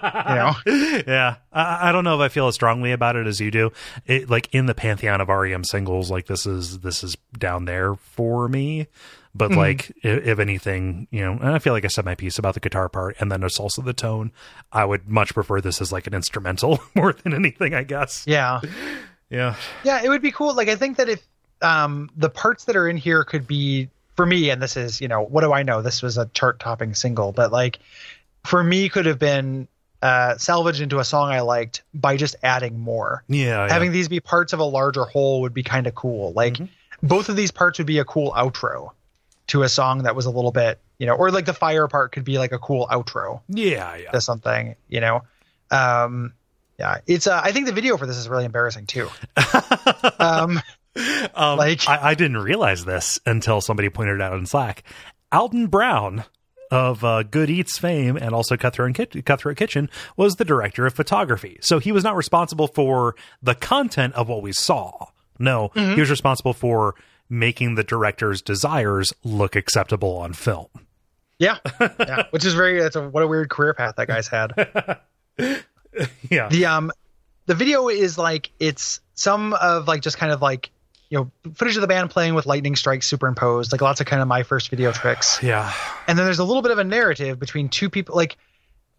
yeah. I, I don't know if I feel as strongly about it as you do. It, like in the pantheon of REM singles, like this is this is down there for me. But
Mhm.
like, i- if, anything, you know, and I feel like I said my piece about the guitar part, and then it's also the tone. I would much prefer this as like an instrumental more than anything, I guess.
yeah
Yeah.
Yeah, it would be cool. Like I think that if um the parts that are in here could be for me, and this is, you know, what do I know? This was a chart topping single, but like for me could have been uh salvaged into a song I liked by just adding more.
Yeah. yeah.
Having these be parts of a larger whole would be kind of cool. Like
Mhm.
both of these parts would be a cool outro to a song that was a little bit, you know, or like the fire part could be like a cool outro
yeah. Yeah.
to something, you know. Um yeah, it's uh, I think the video for this is really embarrassing too. Um
um,
Like-
I, I didn't realize this until somebody pointed it out in Slack. Alden Brown of uh, Good Eats fame and also Cutthroat, Kit- Cutthroat Kitchen was the director of photography. So he was not responsible for the content of what we saw. No,
Mm-hmm.
he was responsible for making the director's desires look acceptable on film.
Yeah, yeah. which is very. That's a what a weird career path that guy's had.
Yeah.
The um, the video is like it's some of like just kind of like you know footage of the band playing with lightning strikes superimposed, like lots of kind of my first video tricks,
yeah.
and then there's a little bit of a narrative between two people. Like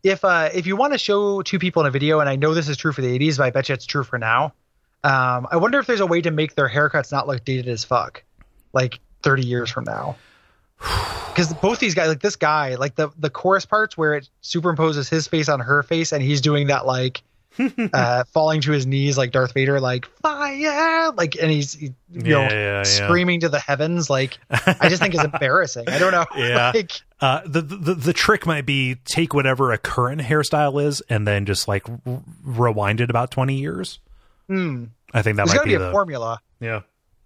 if uh if you want to show two people in a video, and I know this is true for the '80s, but I bet you it's true for now. Um, I wonder if there's a way to make their haircuts not look dated as fuck, like 30 years from now because both these guys like this guy like the the chorus parts where it superimposes his face on her face and he's doing that like uh falling to his knees like darth vader like fire like and he's you know
Yeah, yeah, yeah.
screaming to the heavens like i just think is embarrassing i don't know
Yeah.
like
Uh, the, the the trick might be take whatever a current hairstyle is and then just like r- rewind it about 20 years.
hmm.
I think that
there's
might
gotta
be,
be a
the
formula
yeah.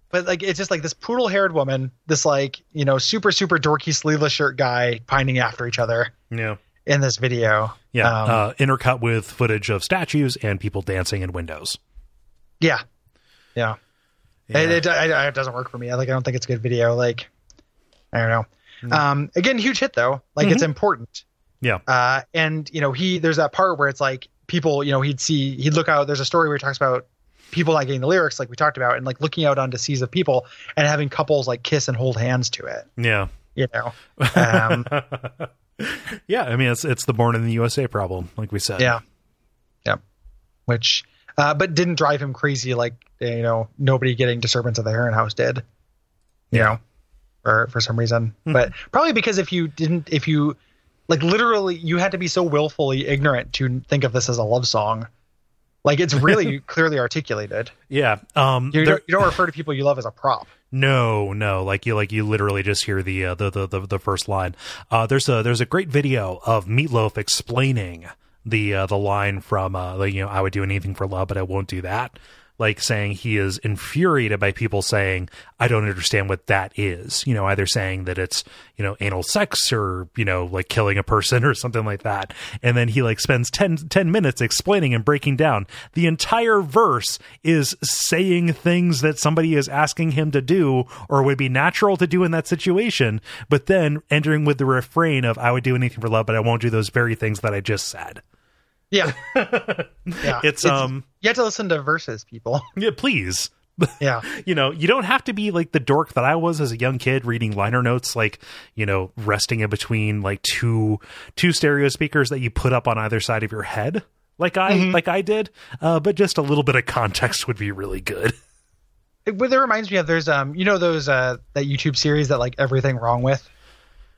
but like it's just like this poodle haired woman this like you know super super dorky sleeveless shirt guy pining after each other
Yeah.
in this video
Yeah.
Um,
uh, intercut with footage of statues and people dancing in windows.
yeah yeah
Yeah.
It, it, I- I- it doesn't work for me. I like. I don't think it's a good video. Like, I don't know. Um, again, huge hit though. Like, it's important.
Hmm. Mm-hmm. Yeah.
Uh, and you know, he there's that part where it's like people. You know, he'd see he'd look out. There's a story where he talks about people not getting the lyrics, like we talked about, and like looking out onto seas of people and having couples like kiss and hold hands to it.
yeah.
You know. Um,
yeah. I mean, it's it's the born in the USA problem, like we said.
yeah. Yeah. Which, uh, but didn't drive him crazy like you know nobody getting disturbance of the Heron House did. you know, for for some reason.
Hmm.
But probably because if you didn't, if you like literally, you had to be so willfully ignorant to think of this as a love song. Like it's really clearly articulated.
Yeah. Um. there-
You don't, you don't refer to people you love as a prop.
No, no, like you, like you literally just hear the uh, the, the the the first line. Uh, there's a there's a great video of Meatloaf explaining the uh, the line from uh, the, you know I would do anything for love, but I won't do that. Like saying he is infuriated by people saying I don't understand what that is. You know, either saying that it's you know anal sex or you know like killing a person or something like that. And then he like spends 10, 10 minutes explaining and breaking down the entire verse is saying things that somebody is asking him to do or would be natural to do in that situation, but then entering with the refrain of "I would do anything for love, but I won't do those very things that I just said."
Yeah, yeah.
It's, um,
you have to listen to verses, people.
yeah, please.
Yeah,
you know, you don't have to be like the dork that I was as a young kid reading liner notes, like, you know, resting in between like two two stereo speakers that you put up on either side of your head. like I
Mm-hmm.
like I did, uh, but just a little bit of context would be really good.
It, but it reminds me of there's um you know those uh that YouTube series that like everything wrong with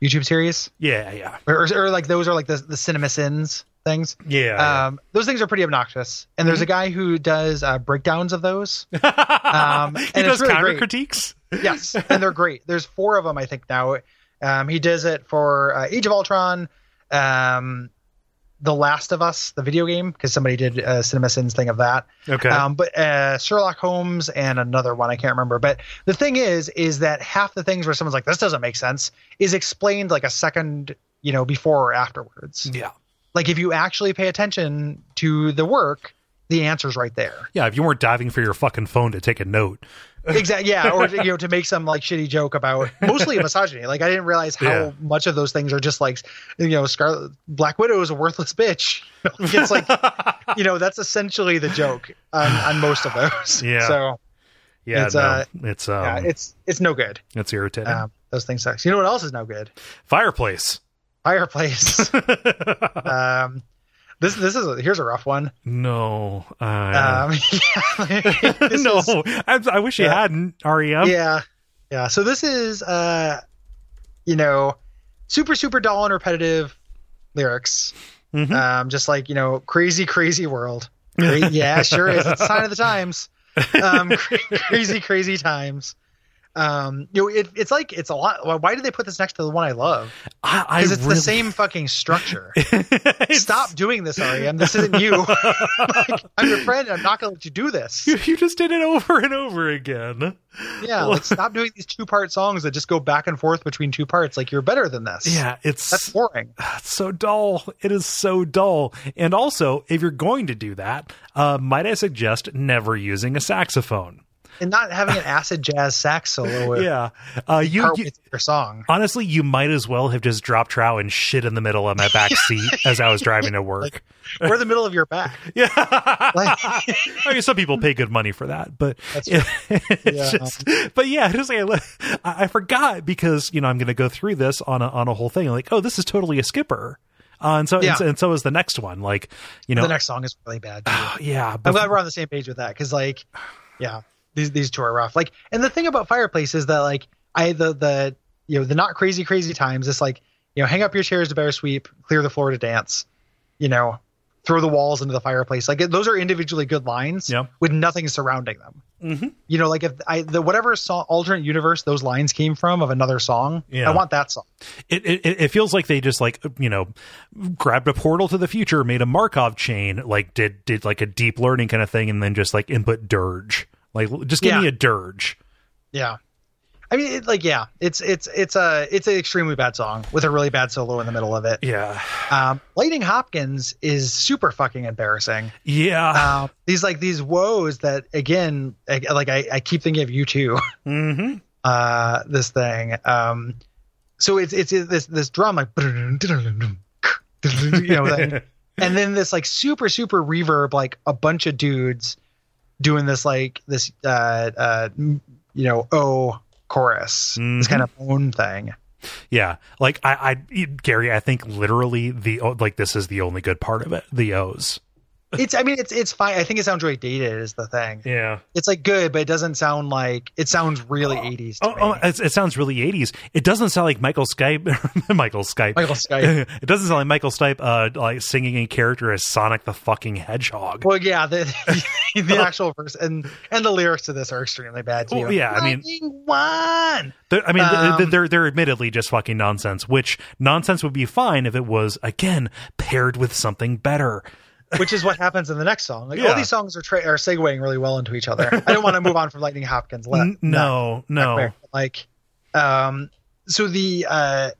YouTube series
Yeah, yeah,
or, or, or, like those are like the the cinema sins things.
yeah. Mm-hmm.
Um, those things are pretty obnoxious, and there's a guy who does uh, breakdowns of those.
yeah.
um,
he
and
does
it's really
counter
great.
critiques.
yes, and they're great. There's four of them, I think now. Um, he does it for uh, Age of Ultron, um, The Last of Us, the video game, because somebody did a CinemaSins thing of that.
Okay.
Um, but uh, Sherlock Holmes and another one I can't remember. But the thing is, is that half the things where someone's like, "This doesn't make sense," is explained like a second, you know, before or afterwards.
yeah.
Like if you actually pay attention to the work, the answer's right there.
Yeah, if you weren't diving for your fucking phone to take a note.
exactly yeah or you know to make some like shitty joke about mostly misogyny like i didn't realize how
Yeah.
much of those things are just like you know scarlet black widow is a worthless bitch it's like you know that's essentially the joke on, on most of those
Yeah.
so
Yeah,
It's,
no,
uh,
it's um,
yeah,
it's,
it's it's no good
irritating.
um, those things sucks you know what else is no good
Fireplace.
fireplace um this this is a, here's a rough one
no, uh,
um yeah, this
no.
is-
I, I wish you
Yeah.
hadn't. E REM.
yeah yeah so this is uh you know super super dull and repetitive lyrics
Mhm.
um just like you know crazy crazy world Cra- yeah sure is it's a sign of the times um cra- crazy crazy times um you know it, it's like it's a lot why- why did they put this next to the one i love
I, I
because it's
really-
the same fucking structure
It's-
stop doing this rem this isn't you like, i'm your friend and i'm not gonna let you do this
You, you just did it over and over again.
yeah like stop doing these two part songs that just go back and forth between two parts like you're better than this
Yeah, it's
That's boring.
it's so dull. It is so dull. And also, if you're going to do that, uh, might I suggest never using a saxophone?
And not having an acid jazz sax solo with
Yeah, uh, you,
part
you
with your song.
honestly, you might as well have just dropped trow and shit in the middle of my back seat as I was driving to work.
We're in the middle of your back.
Yeah,
Like-
I mean, some people pay good money for that, but
That's
it's
Yeah. um,
just, but yeah, just like, I li- I, I forgot because you know I'm going to go through this on a on a whole thing. Like, oh, this is totally a skipper, uh, and so
Yeah.
and, so and so is the next one. Like, you know,
the next song is really bad. too.
oh, yeah,
I'm glad we're on the same page with that because, like, yeah, these these two are rough. Like, and the thing about Fireplace is that, like, I the the you know the not crazy crazy times. It's like you know, hang up your chairs to bear sweep, clear the floor to dance, you know, throw the walls into the fireplace. Like, those are individually good lines
Yeah.
with nothing surrounding them.
Mhm.
You know, like if I the whatever song alternate universe those lines came from of another song,
Yeah.
I want that song.
it, it it it feels like they just like you know grabbed a portal to the future, made a Markov chain, like did did like a deep learning kind of thing, and then just like input dirge. Like, just give
Yeah.
me a dirge.
Yeah. I mean, it, like, yeah, it's it's it's a it's an extremely bad song with a really bad solo in the middle of it.
Yeah,
Um, Lightning Hopkins is super fucking embarrassing.
yeah.
Um, these like these woes that again, I, like I, I keep thinking of you too.
mm-hmm.
Uh, this thing. Um, so it's it's this this drum like you know, thing. and then this like super super reverb like a bunch of dudes doing this like this uh uh m- you know oh chorus this
Mhm.
kind of own thing
Yeah, like I, I, Gary, I think literally the oh, like this is the only good part of it. The O's.
it's i mean it's it's fine i think it sounds really dated is the thing
Yeah.
it's like good but it doesn't sound like it sounds really 80s to
Oh, oh
me.
it, it sounds really '80s. It doesn't sound like Michael Skype. Michael Skype.
michael skype
it doesn't sound like Michael Stipe uh, like singing in character as Sonic the fucking Hedgehog.
well yeah the, the actual verse and and the lyrics to this are extremely bad too
Oh. Well, yeah, I mean-
Lightning one
They're- I mean,
Um,
they're, they're they're admittedly just fucking nonsense. Which nonsense would be fine if it was again paired with something better.
which is what happens in the next song. Like
Yeah.
all these songs are tra- are segueing really well into each other. I don't want to move on from Lightning Hopkins. Let,
N- no, no.
not- like, um, so the uh,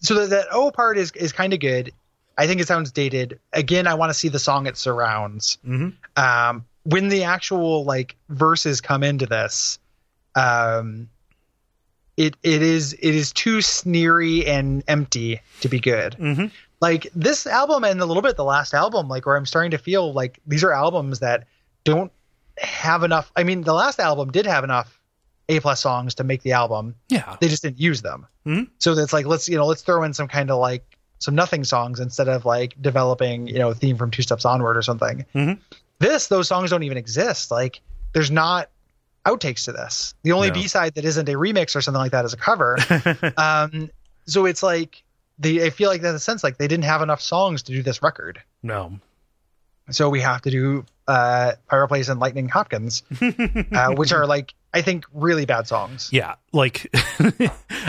so that that O part is is kind of good. I think it sounds dated. Again, I want to see the song it surrounds.
hmm
Um, when the actual like verses come into this, um, it it is it is too sneery and empty to be good
hmm
like this album and a little bit the last album like where i'm starting to feel like these are albums that don't have enough i mean the last album did have enough a plus songs to make the album
Yeah.
they just didn't use them
Mhm.
so that's like let's you know let's throw in some kind of like some nothing songs instead of like developing you know a theme from two steps onward or something
Mhm.
this those songs don't even exist like there's not outtakes to this the only
No.
b-side that isn't a remix or something like that is a cover
mm-hmm.
um so it's like they i feel like in a sense like they didn't have enough songs to do this record
no.
so we have to do uh fireplace and lightning hopkins uh, which are like i think really bad songs
Yeah, like I,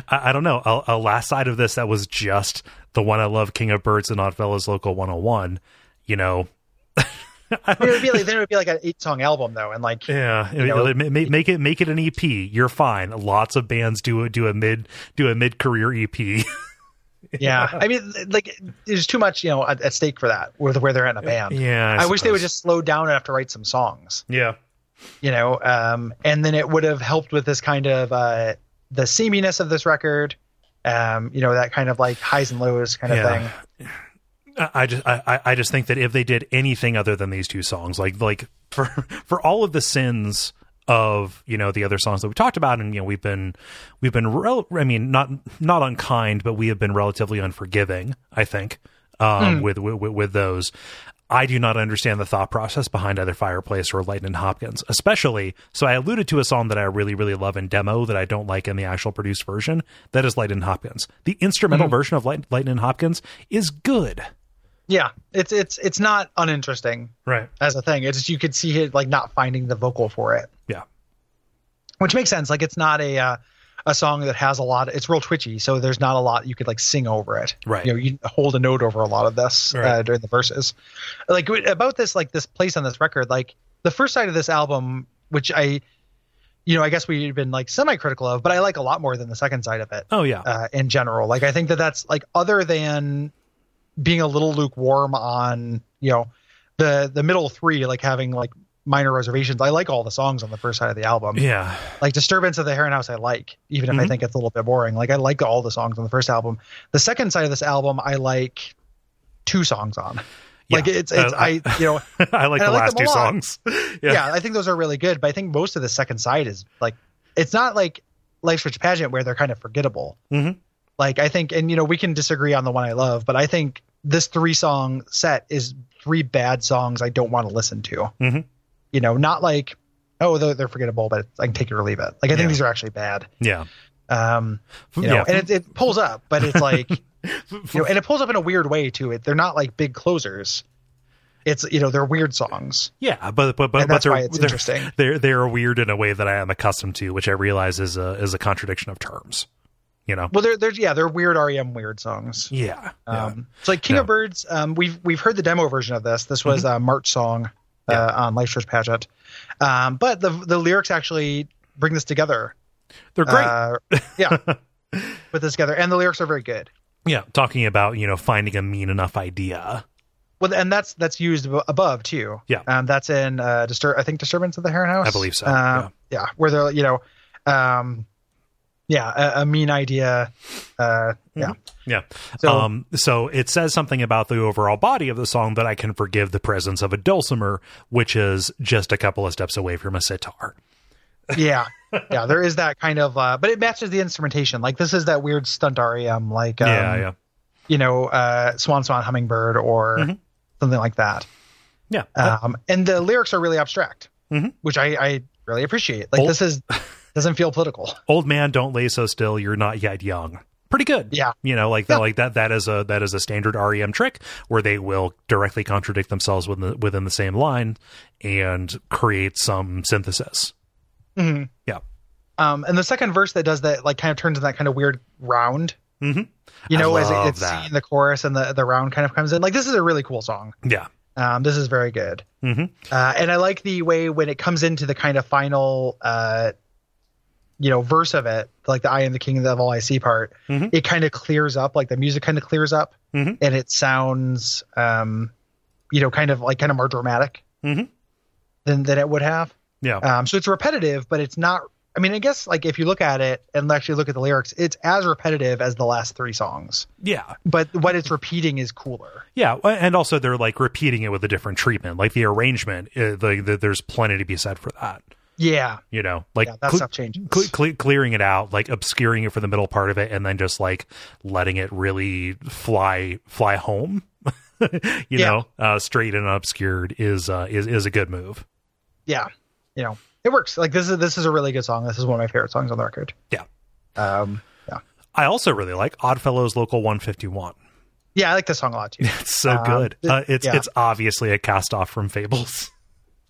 I don't know. A, a last side of this that was just the one I love, King of Birds and Oddfellas Local 101. You know,
I mean, it would be like then it would be like an eight song album though and like
yeah,
You know,
it- ma- ma- make it make it an EP. You're fine. Lots of bands do a, do a mid do a E mid career EP.
yeah i mean th- like there's too much you know at, at stake for that with where they're in a band
yeah,
I, wish they would
suppose.
just slow down enough to write some songs
yeah.
you know um and then it would have helped with this kind of uh the seaminess of this record um you know that kind of like highs and lows kind of
Yeah.
thing
I I just I, I- I just think that if they did anything other than these two songs, like like for for all of the sins of you know the other songs that we talked about, and you know we've been we've been rel- I mean not not unkind, but we have been relatively unforgiving. I think um, with, with with those. I do not understand the thought process behind either Fireplace or Lightning Hopkins, especially. So I alluded to a song that I really, really love in demo that I don't like in the actual produced version. That is Lightning Hopkins. The instrumental version of Light- Lightning Hopkins is good.
yeah it's it's it's not uninteresting
Right.
as a thing it's just you could see it like not finding the vocal for it
Yeah.
which makes sense like it's not a uh, a song that has a lot it's real twitchy so there's not a lot you could like sing over it
Right.
you know you hold a note over a lot of this uh,
Right.
during the verses like w- about this like this place on this record like the first side of this album which i you know i guess we've been like semi-critical of but i like a lot more than the second side of it
Oh yeah.
uh, in general like i think that that's like other than being a little lukewarm on you know the the middle three like having like minor reservations i like all the songs on the first side of the album
yeah.
like disturbance of the heron house i like even if i
Mhm.
think it's a little bit boring like i like all the songs on the first album the second side of this album i like two songs on
Yeah.
like it's it's
Uh,
i you know
I like
and
the
I like
last
them
two
a lot.
songs.
yeah. i think those are really good but i think most of the second side is like it's not like life's rich pageant where they're kind of forgettable
Mhm.
like i think and you know we can disagree on the one i love but i think this three song set is three bad songs i don't want to listen to
Mhm.
you know not like oh they're, they're forgettable but i can take it or leave it like i think
Yeah.
these are actually bad
Yeah.
um you know,
yeah.
and it, it pulls up, but it's like, you
F-
know, and it pulls up in a weird way too. It they're not like big closers. It's you know they're weird songs,
yeah. But but but,
and
but
that's
they're,
why it's
they're,
interesting.
they're they're weird in a way that I am accustomed to, which I realize is a is a contradiction of terms. You know.
Well, they're they're yeah they're weird REM weird songs.
Yeah. yeah.
Um, it's like King
Yeah. Mm-hmm.
of Birds. Um, we've we've heard the demo version of this. This was a March song uh, on Life's First Pageant, um, but the the lyrics actually bring this together.
they're great.
Uh, yeah, put this together, and the lyrics are very good.
yeah. Talking about you know finding a mean enough idea.
Well, and that's that's used ab- above too.
Yeah.
um, that's in uh, disturb. I think disturbance of the Heron House.
I believe so,
Uh, yeah. where they're you know, um, yeah, a, a mean idea. Uh, yeah,
Yeah.
So-
um, so it says something about the overall body of the song that I can forgive the presence of a dulcimer, which is just a couple of steps away from a sitar.
yeah, yeah. There is that kind of, uh, but it matches the instrumentation. Like this is that weird stunt REM, like um,
yeah. Yeah.
you know, uh, Swan Swan Hummingbird or
Mhm.
something like that.
Yeah.
Um, and the lyrics are really abstract,
Mhm.
which I, I really appreciate. Like
Oh.
this is doesn't feel political.
old man don't lay so still you're not yet young pretty good
Yeah.
you know like that
Yeah.
like that that is a that is a standard rem trick where they will directly contradict themselves within the, within the same line and create some synthesis
Mhm.
Yeah.
Um, and the second verse that does that, like, kind of turns in that kind of weird round.
Mhm.
You
I
know, as
love
it, it's
that.
seen the chorus and the the round kind of comes in. Like, this is a really cool song.
yeah
Um, this is very good.
hmm
Uh, and I like the way when it comes into the kind of final, uh, you know, verse of it, like the "I am the King of all I see" part.
Mhm.
It kind of clears up, like the music kind of clears up,
Mhm.
and it sounds, um, you know, kind of like kind of more dramatic
Mhm.
than than it would have.
yeah
Um, so it's repetitive, but it's not. I mean, I guess like if you look at it and actually look at the lyrics, it's as repetitive as the last three songs.
yeah
But what it's repeating is cooler.
yeah and also eh, they're like repeating it with a different treatment like the arrangement uh, the, the, there's plenty to be said for that
Yeah,
you know, like
yeah, that
cle-
stuff changes.
cle- cle- clearing it out, like obscuring it for the middle part of it, and then just like letting it really fly fly home. you
Yeah.
know, uh, straight and obscured is uh, is is a good move.
yeah, you know, it works. Like this is this is a really good song. This is one of my favorite songs on the record.
Yeah.
Um. Yeah.
I also really like Oddfellows Local 151.
Yeah, I like this song a lot too.
It's so
Um,
good.
th-
Uh, it's
yeah.
it's obviously a cast off from Fables.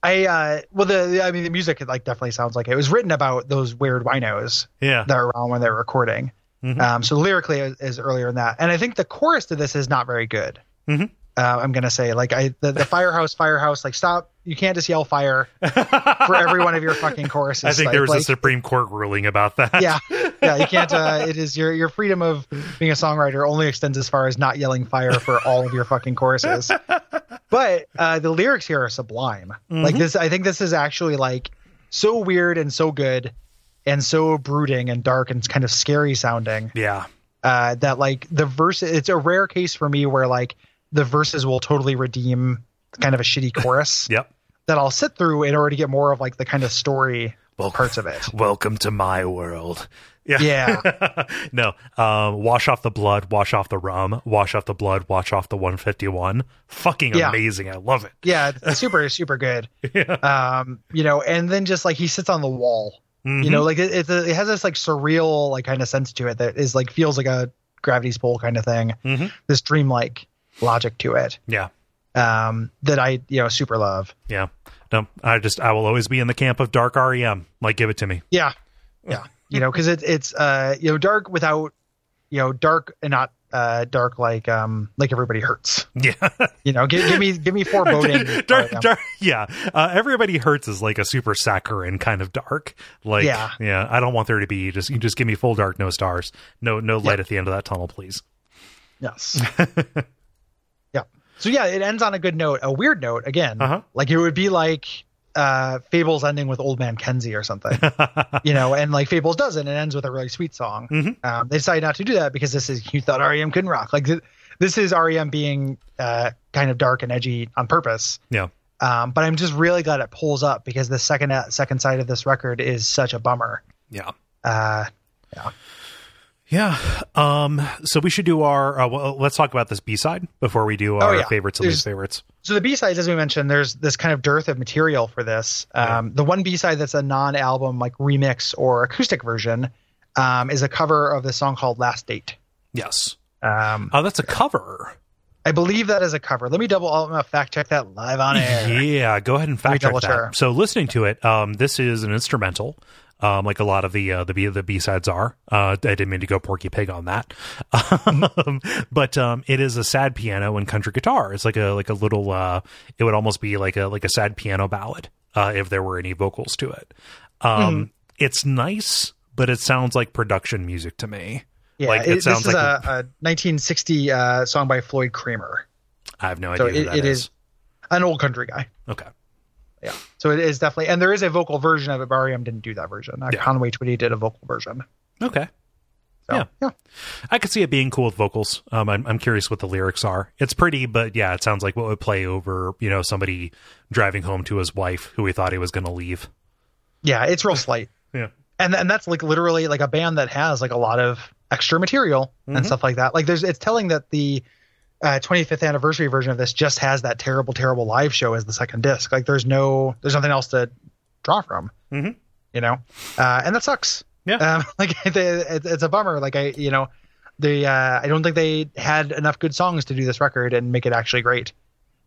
I uh well the, the- I mean the music it, like definitely sounds like it. It was written about those weird winos
Yeah.
that are around when they're recording.
Mhm.
Um, so lyrically is, is earlier in that, and I think the chorus to this is not very good.
Mhm.
Uh, I'm gonna say like I the, the firehouse firehouse like stop you can't just yell fire for every one of your fucking choruses.
I think
like,
there was a
like,
Supreme Court ruling about that.
yeah yeah you can't uh, it is your your freedom of being a songwriter only extends as far as not yelling fire for all of your fucking choruses but uh the lyrics here are sublime like
Mhm.
this i think this is actually like so weird and so good and so brooding and dark and kind of scary sounding
Yeah.
uh that like the verse it's a rare case for me where like the verses will totally redeem kind of a shitty chorus
Yep.
that i'll sit through in order to get more of like the kind of story
Well,
parts of it
welcome to my world. Yeah.
yeah
no. Um, wash off the blood, wash off the rum, wash off the blood, wash off the 151. Fucking
Yeah.
amazing. I love it.
yeah it's super super good
Yeah.
um you know and then just like he sits on the wall
Mm-hmm,
you know like it, it's a, it has this like surreal like kind of sense to it that is like feels like a gravity's pull kind of thing
Mhm. Mhm.
this dreamlike logic to it
Yeah.
um that i you know super love
Yeah. No, I just, I will always be in the camp of dark REM. Like, give it to me.
yeah yeah you know because it, it's uh you know dark without you know dark and not uh dark like um like everybody hurts
Yeah.
you know give, give me give me foreboding
dark,
Yeah.
dark, yeah. Uh, Everybody Hurts is like a super saccharine kind of dark. Like,
Yeah.
I don't want there to be just you just give me full dark, no stars, no no light at the end of that tunnel, please.
Yes. yeah. So yeah, it ends on a good note, a weird note again.
Uh-huh.
Like it would be like uh Fables ending with Old Man Kenzie or something. you know, and like Fables doesn't, it ends with a really sweet song.
Mhm.
Um, they decided not to do that because this is you thought REM couldn't rock. Like th- this is REM being uh kind of dark and edgy on purpose.
Yeah.
Um, but I'm just really glad it pulls up because the second uh, second side of this record is such a bummer.
Yeah.
Uh,
Yeah. Um. So we should do our. Uh, well, let's talk about this B side before we do our
Oh, yeah.
favorites and least
There's-
favorites.
so the b-sides as we mentioned there's this kind of dearth of material for this um, the one b-side that's a non-album like remix or acoustic version um, is a cover of the song called last date
Yes.
um,
Oh, that's a cover.
i believe that is a cover let me double i fact check that live on air
Yeah. Go ahead and fact check
double
that.
sure.
So listening to it, um, this is an instrumental. Um, like a lot of the uh, the B the B sides are. Uh, I didn't mean to go Porky Pig on that, um, but um, it is a sad piano and country guitar. It's like a like a little. Uh, it would almost be like a like a sad piano ballad uh, if there were any vocals to it.
Hmm.
Um, It's nice, but it sounds like production music to me.
yeah
Like, it
it-
sounds
this is
like
a, a 1960 uh, song by floyd kramer
I have no
so
idea.
it,
who that
it is an old country guy
Okay.
yeah so it is definitely and there is a vocal version of it barium didn't do that version uh,
Yeah.
conway twitty did a vocal version
Okay.
so
Yeah.
yeah
I could see it being cool with vocals. Um, I'm, I'm curious what the lyrics are. It's pretty, but yeah, it sounds like what would play over, you know, somebody driving home to his wife who he thought he was going to leave.
yeah it's real slight
Yeah.
and and that's like literally like a band that has like a lot of extra material
Mhm.
and stuff like that. Like there's it's telling that the uh, 25th anniversary version of this just has that terrible terrible live show as the second disc. Like there's no there's nothing else to draw from.
Mhm.
You know, uh, and that sucks.
Yeah.
Um, like it, it, it's a bummer. Like I you know they uh, I don't think they had enough good songs to do this record and make it actually great.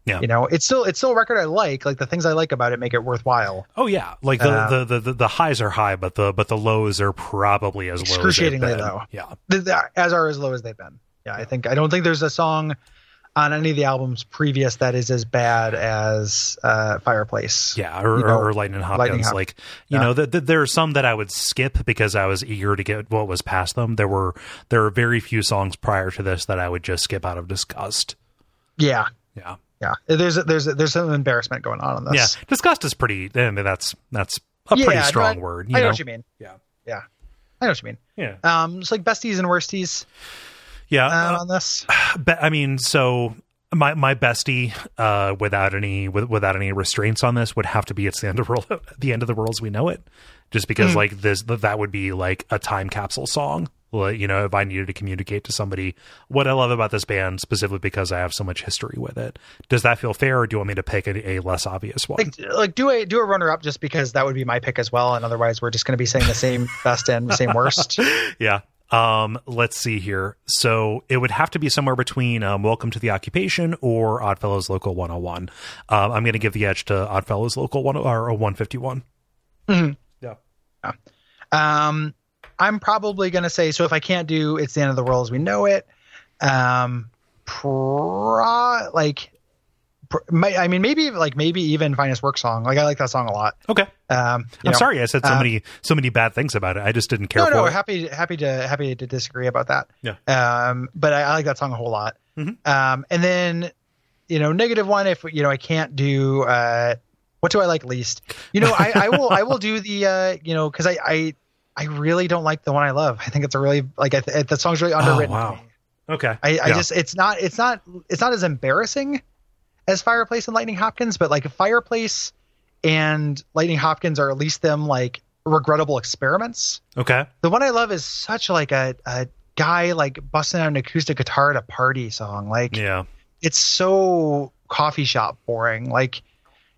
Yeah.
You know, it's still it's still a record I like. Like the things I like about it make it worthwhile.
Oh yeah, like the,
Uh,
the, the, the the highs are high, but the but the lows are probably as low as they've
Excruciatingly
been.
low.
Yeah,
th- th- as are as low as they've been. Yeah, I think I don't think there's a song on any of the albums previous that is as bad as uh, Fireplace.
yeah, or,
You know,
or, or Lightning Hopkins.
Lightning Hop-
like you
yeah.
know, th- th- there are some that I would skip because I was eager to get what was past them. There were there are very few songs prior to this that I would just skip out of disgust.
yeah,
Yeah,
yeah. There's there's there's some embarrassment going on on this.
yeah. Disgust is pretty. eh, I mean, that's that's a
Yeah,
pretty
no,
strong word. You
I know,
know.
what you mean.
Yeah.
yeah. I know what you mean.
Yeah,
Um, it's like besties and worsties
yeah.
um, on this.
but I mean, so my my bestie, uh, without any with, without any restraints on this, would have to be it's the end of world, the end of the world as we know it, just because
Mhm.
like this that would be like a time capsule song. Like, you know, if I needed to communicate to somebody what I love about this band specifically because I have so much history with it, does that feel fair, or do you want me to pick a, a less obvious one?
Like, like do a do a runner up just because that would be my pick as well, and otherwise we're just going to be saying the same best and the same worst.
yeah. Um, let's see here. So it would have to be somewhere between um, Welcome to the Occupation or Oddfellows Local 101. Um, I'm going to give the edge to Oddfellows Local 1 or 151.
Mhm.
Yeah.
Um, I'm probably going to say so. If I can't do it's the end of the world as we know it, um, pro- like, pr- my, I mean, maybe like maybe even finest work song. Like I like that song a lot.
Okay.
Um, you
I'm
know.
sorry I said so
uh,
many so many bad things about it. I just didn't care
No,
for
no,
it.
happy, happy to happy to disagree about that.
Yeah.
Um, but I, I like that song a whole lot.
Mhm.
Um, and then, you know, negative one. If you know, I can't do. Uh, what do I like least? You know, I, I will I will do the. Uh, you know, because I, I I really don't like the one I love. I think it's a really like I th- the song's really underwritten. to
Oh, wow.
me.
okay.
I, I
Yeah.
just it's not it's not it's not as embarrassing as Fireplace and Lightning Hopkins, but like Fireplace and Lightning Hopkins are at least them like regrettable experiments.
Okay.
The one I love is such like a, a guy like busting out an acoustic guitar at a party song. Like
Yeah.
it's so coffee shop boring. Like,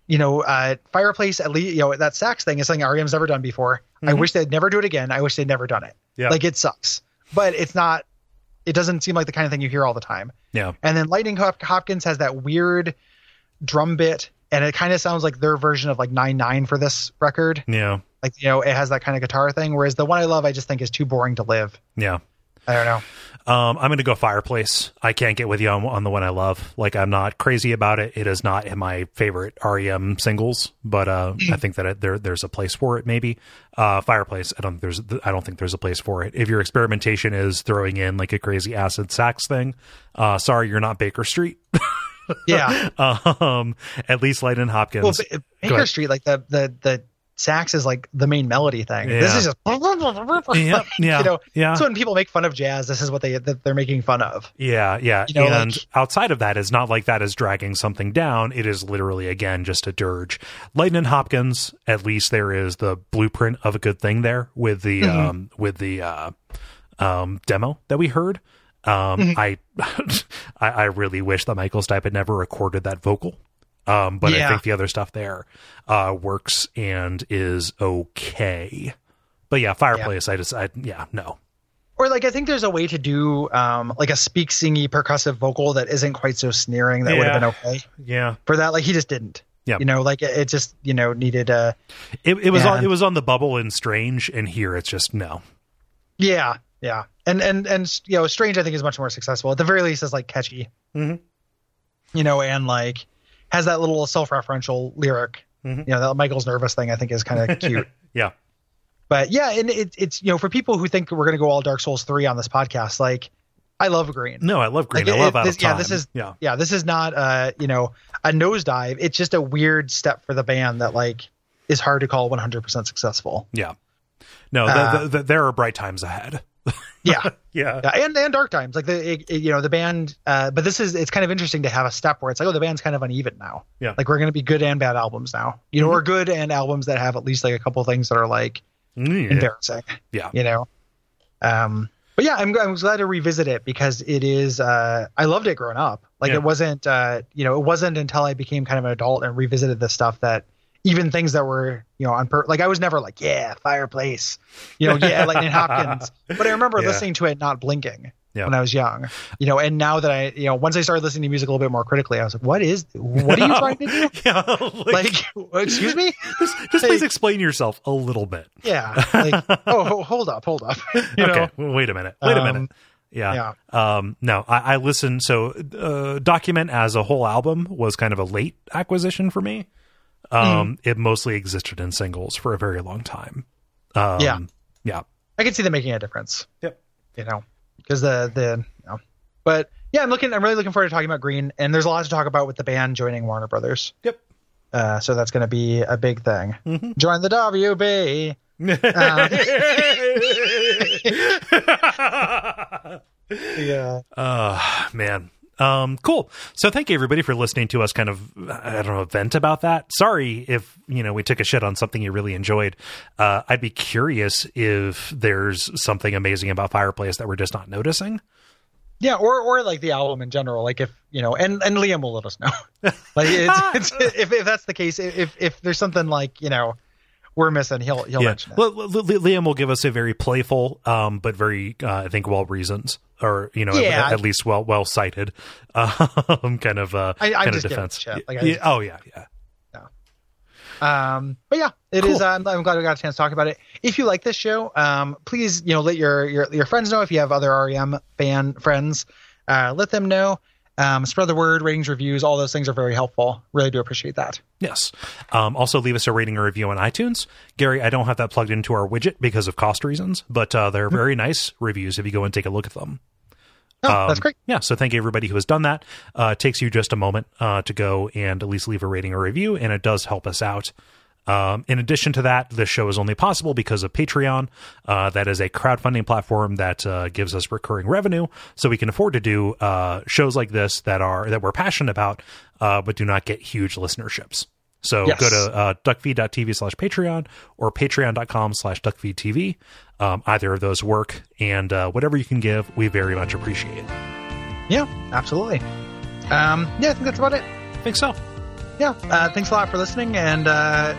you know, uh, fireplace at least you know that sax thing is something REM's never done before. I
Mhm.
wish they'd never do it again. I wish they'd never done it.
Yeah.
Like it sucks, but it's not. It doesn't seem like the kind of thing you hear all the time.
Yeah.
And then Lightning Hop- Hopkins has that weird drum bit, and it kind of sounds like their version of like Nine Nine for this record.
Yeah.
Like you know, it has that kind of guitar thing. Whereas the one I love, I just think is too boring to live.
Yeah.
I don't know.
Um, I'm going to go fireplace. I can't get with you on, on the one I love. Like I'm not crazy about it. It is not in my favorite REM singles, but uh,
Hmm.
I think that it, there there's a place for it. Maybe uh, fireplace. I don't there's I don't think there's a place for it. If your experimentation is throwing in like a crazy acid sax thing, uh, sorry, you're not Baker Street.
Yeah.
um, at least Lightning Hopkins.
well, Ba- Baker
ahead.
Street, like the the the sax is like the main melody thing. This
Yeah.
is just
yeah, yeah,
you know,
yeah.
So when people make fun of jazz, this is what they that they're making fun of.
Yeah, yeah.
You know,
and
like-
outside of that, it's not like that is dragging something down. It is literally, again, just a dirge. Lightning Hopkins, at least there is the blueprint of a good thing there with the
Mhm.
um with the uh um demo that we heard.
Mm-hmm.
Um I, I I really wish that Michael Stipe had never recorded that vocal. Um but I
Yeah.
think the other stuff there uh works and is okay. But yeah, fireplace I just I yeah, no.
Or like I think there's a way to do um like a speak singy percussive vocal that isn't quite so sneering that would have
Yeah.
been okay
Yeah.
for that. Like he just didn't.
Yeah.
You know, like it, it just you know needed a
It, it was
Yeah.
on it was on the bubble and strange, and here it's just no.
yeah yeah and and and you know strange I think is much more successful at the very least is like catchy
Mhm.
you know and like has that little self referential lyric
Mhm.
you know that Michael's nervous thing I think is kind of cute
Yeah,
but yeah and it, it's you know for people who think we're gonna go all Dark Souls three on this podcast like I love Green
no, I love green.
Like,
I love
it-
out
this-
of time.
yeah, this is-
yeah,
yeah, this is not uh, you know, a nosedive. It's just a weird step for the band that like is hard to call 100% successful.
yeah. No,
Uh,
th th th there are bright times ahead.
Yeah.
Yeah,
yeah, and and dark times. Like the it, it- you know, the band uh but this is it's kind of interesting to have a step where it's like oh, the band's kind of uneven now.
Yeah.
Like we're going to be good and bad albums now. You know,
Mhm.
we're good and albums that have at least like a couple things that are like
yeah.
embarrassing.
Yeah.
You know. Um but yeah, I'm I'm glad to revisit it because it is uh I loved it growing up. Like
Yeah.
it wasn't uh you know, it wasn't until I became kind of an adult and revisited this stuff that even things that were, you know, on per like I was never like, yeah, fireplace, you know, yeah, Lightning Hopkins. But I remember
Yeah.
listening to it not blinking
Yeah.
when I was young. You know, and now that I you know, once I started listening to music a little bit more critically, I was like, What is what are you trying to do?
Yeah, like,
Like excuse me?
just, just please
like-
explain yourself a little bit.
Yeah. Like, oh ho- hold up, hold up. You know?
okay, well, wait a minute. Wait a
Um,
minute. Yeah.
yeah.
Um, no, I, I listened. So, uh, document as a whole album was kind of a late acquisition for me.
Mm.
Um, it mostly existed in singles for a very long time. Um,
Yeah.
yeah,
I can see them making a difference.
Yep.
You know, because the the, you know. but yeah, I'm looking. I'm really looking forward to talking about Green, and there's a lot to talk about with the band joining Warner Brothers.
Yep.
Uh, so that's going to be a big thing.
Mhm.
Join the WB.
uh,
Yeah.
Ah, man. Um, cool. So thank you everybody for listening to us kind of I don't know vent about that. Sorry if you know we took a shit on something you really enjoyed. Uh, I'd be curious if there's something amazing about Fireplace that we're just not noticing.
Yeah, or or like the album in general. Like if you know, and and Liam will let us know. like it's, it's, if if that's the case, if if there's something like you know we're missing, he'll he'll
yeah.
mention it.
Li- Li- Li- Liam will give us a very playful, um, but very uh, I think well reasons or you know at-
Yeah.
at, least well well cited, um, kind of uh,
I- I'm
kind of
just giving
defense.
shit. Like, I
Yeah.
just-
oh yeah, yeah.
Um, but yeah, it is.
Cool.
Uh, I'm, I'm glad we got a chance to talk about it. If you like this show, um, please you know let your your, your friends know. If you have other REM fan friends, uh, let them know. Um, spread the word. Ratings, reviews, all those things are very helpful. Really do appreciate that.
Yes. Um, also, leave us a rating or review on iTunes. Gary, I don't have that plugged into our widget because of cost reasons, but uh,
Hmm.
they're very nice reviews if you go and take a look at them.
Oh, that's
Um,
great.
Yeah, so thank you everybody who has done that. Uh, it takes you just a moment uh, to go and at least leave a rating or review, and it does help us out. Um, in addition to that, this show is only possible because of Patreon. Uh, that is a crowdfunding platform that uh, gives us recurring revenue, so we can afford to do uh, shows like this that are that we're passionate about, uh, but do not get huge listenerships. So
Yes.
go to uh, duckfeed.tv slash patreon or patreon.com slash duckfeedtv. Um, either of those work, and uh, whatever you can give, we very much appreciate it.
Yeah, absolutely. Um, yeah, I think that's about it.
think so.
Yeah, uh, thanks a lot for listening, and uh,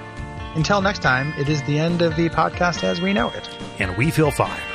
until next time, it is the end of the podcast as we know it.
And we feel fine.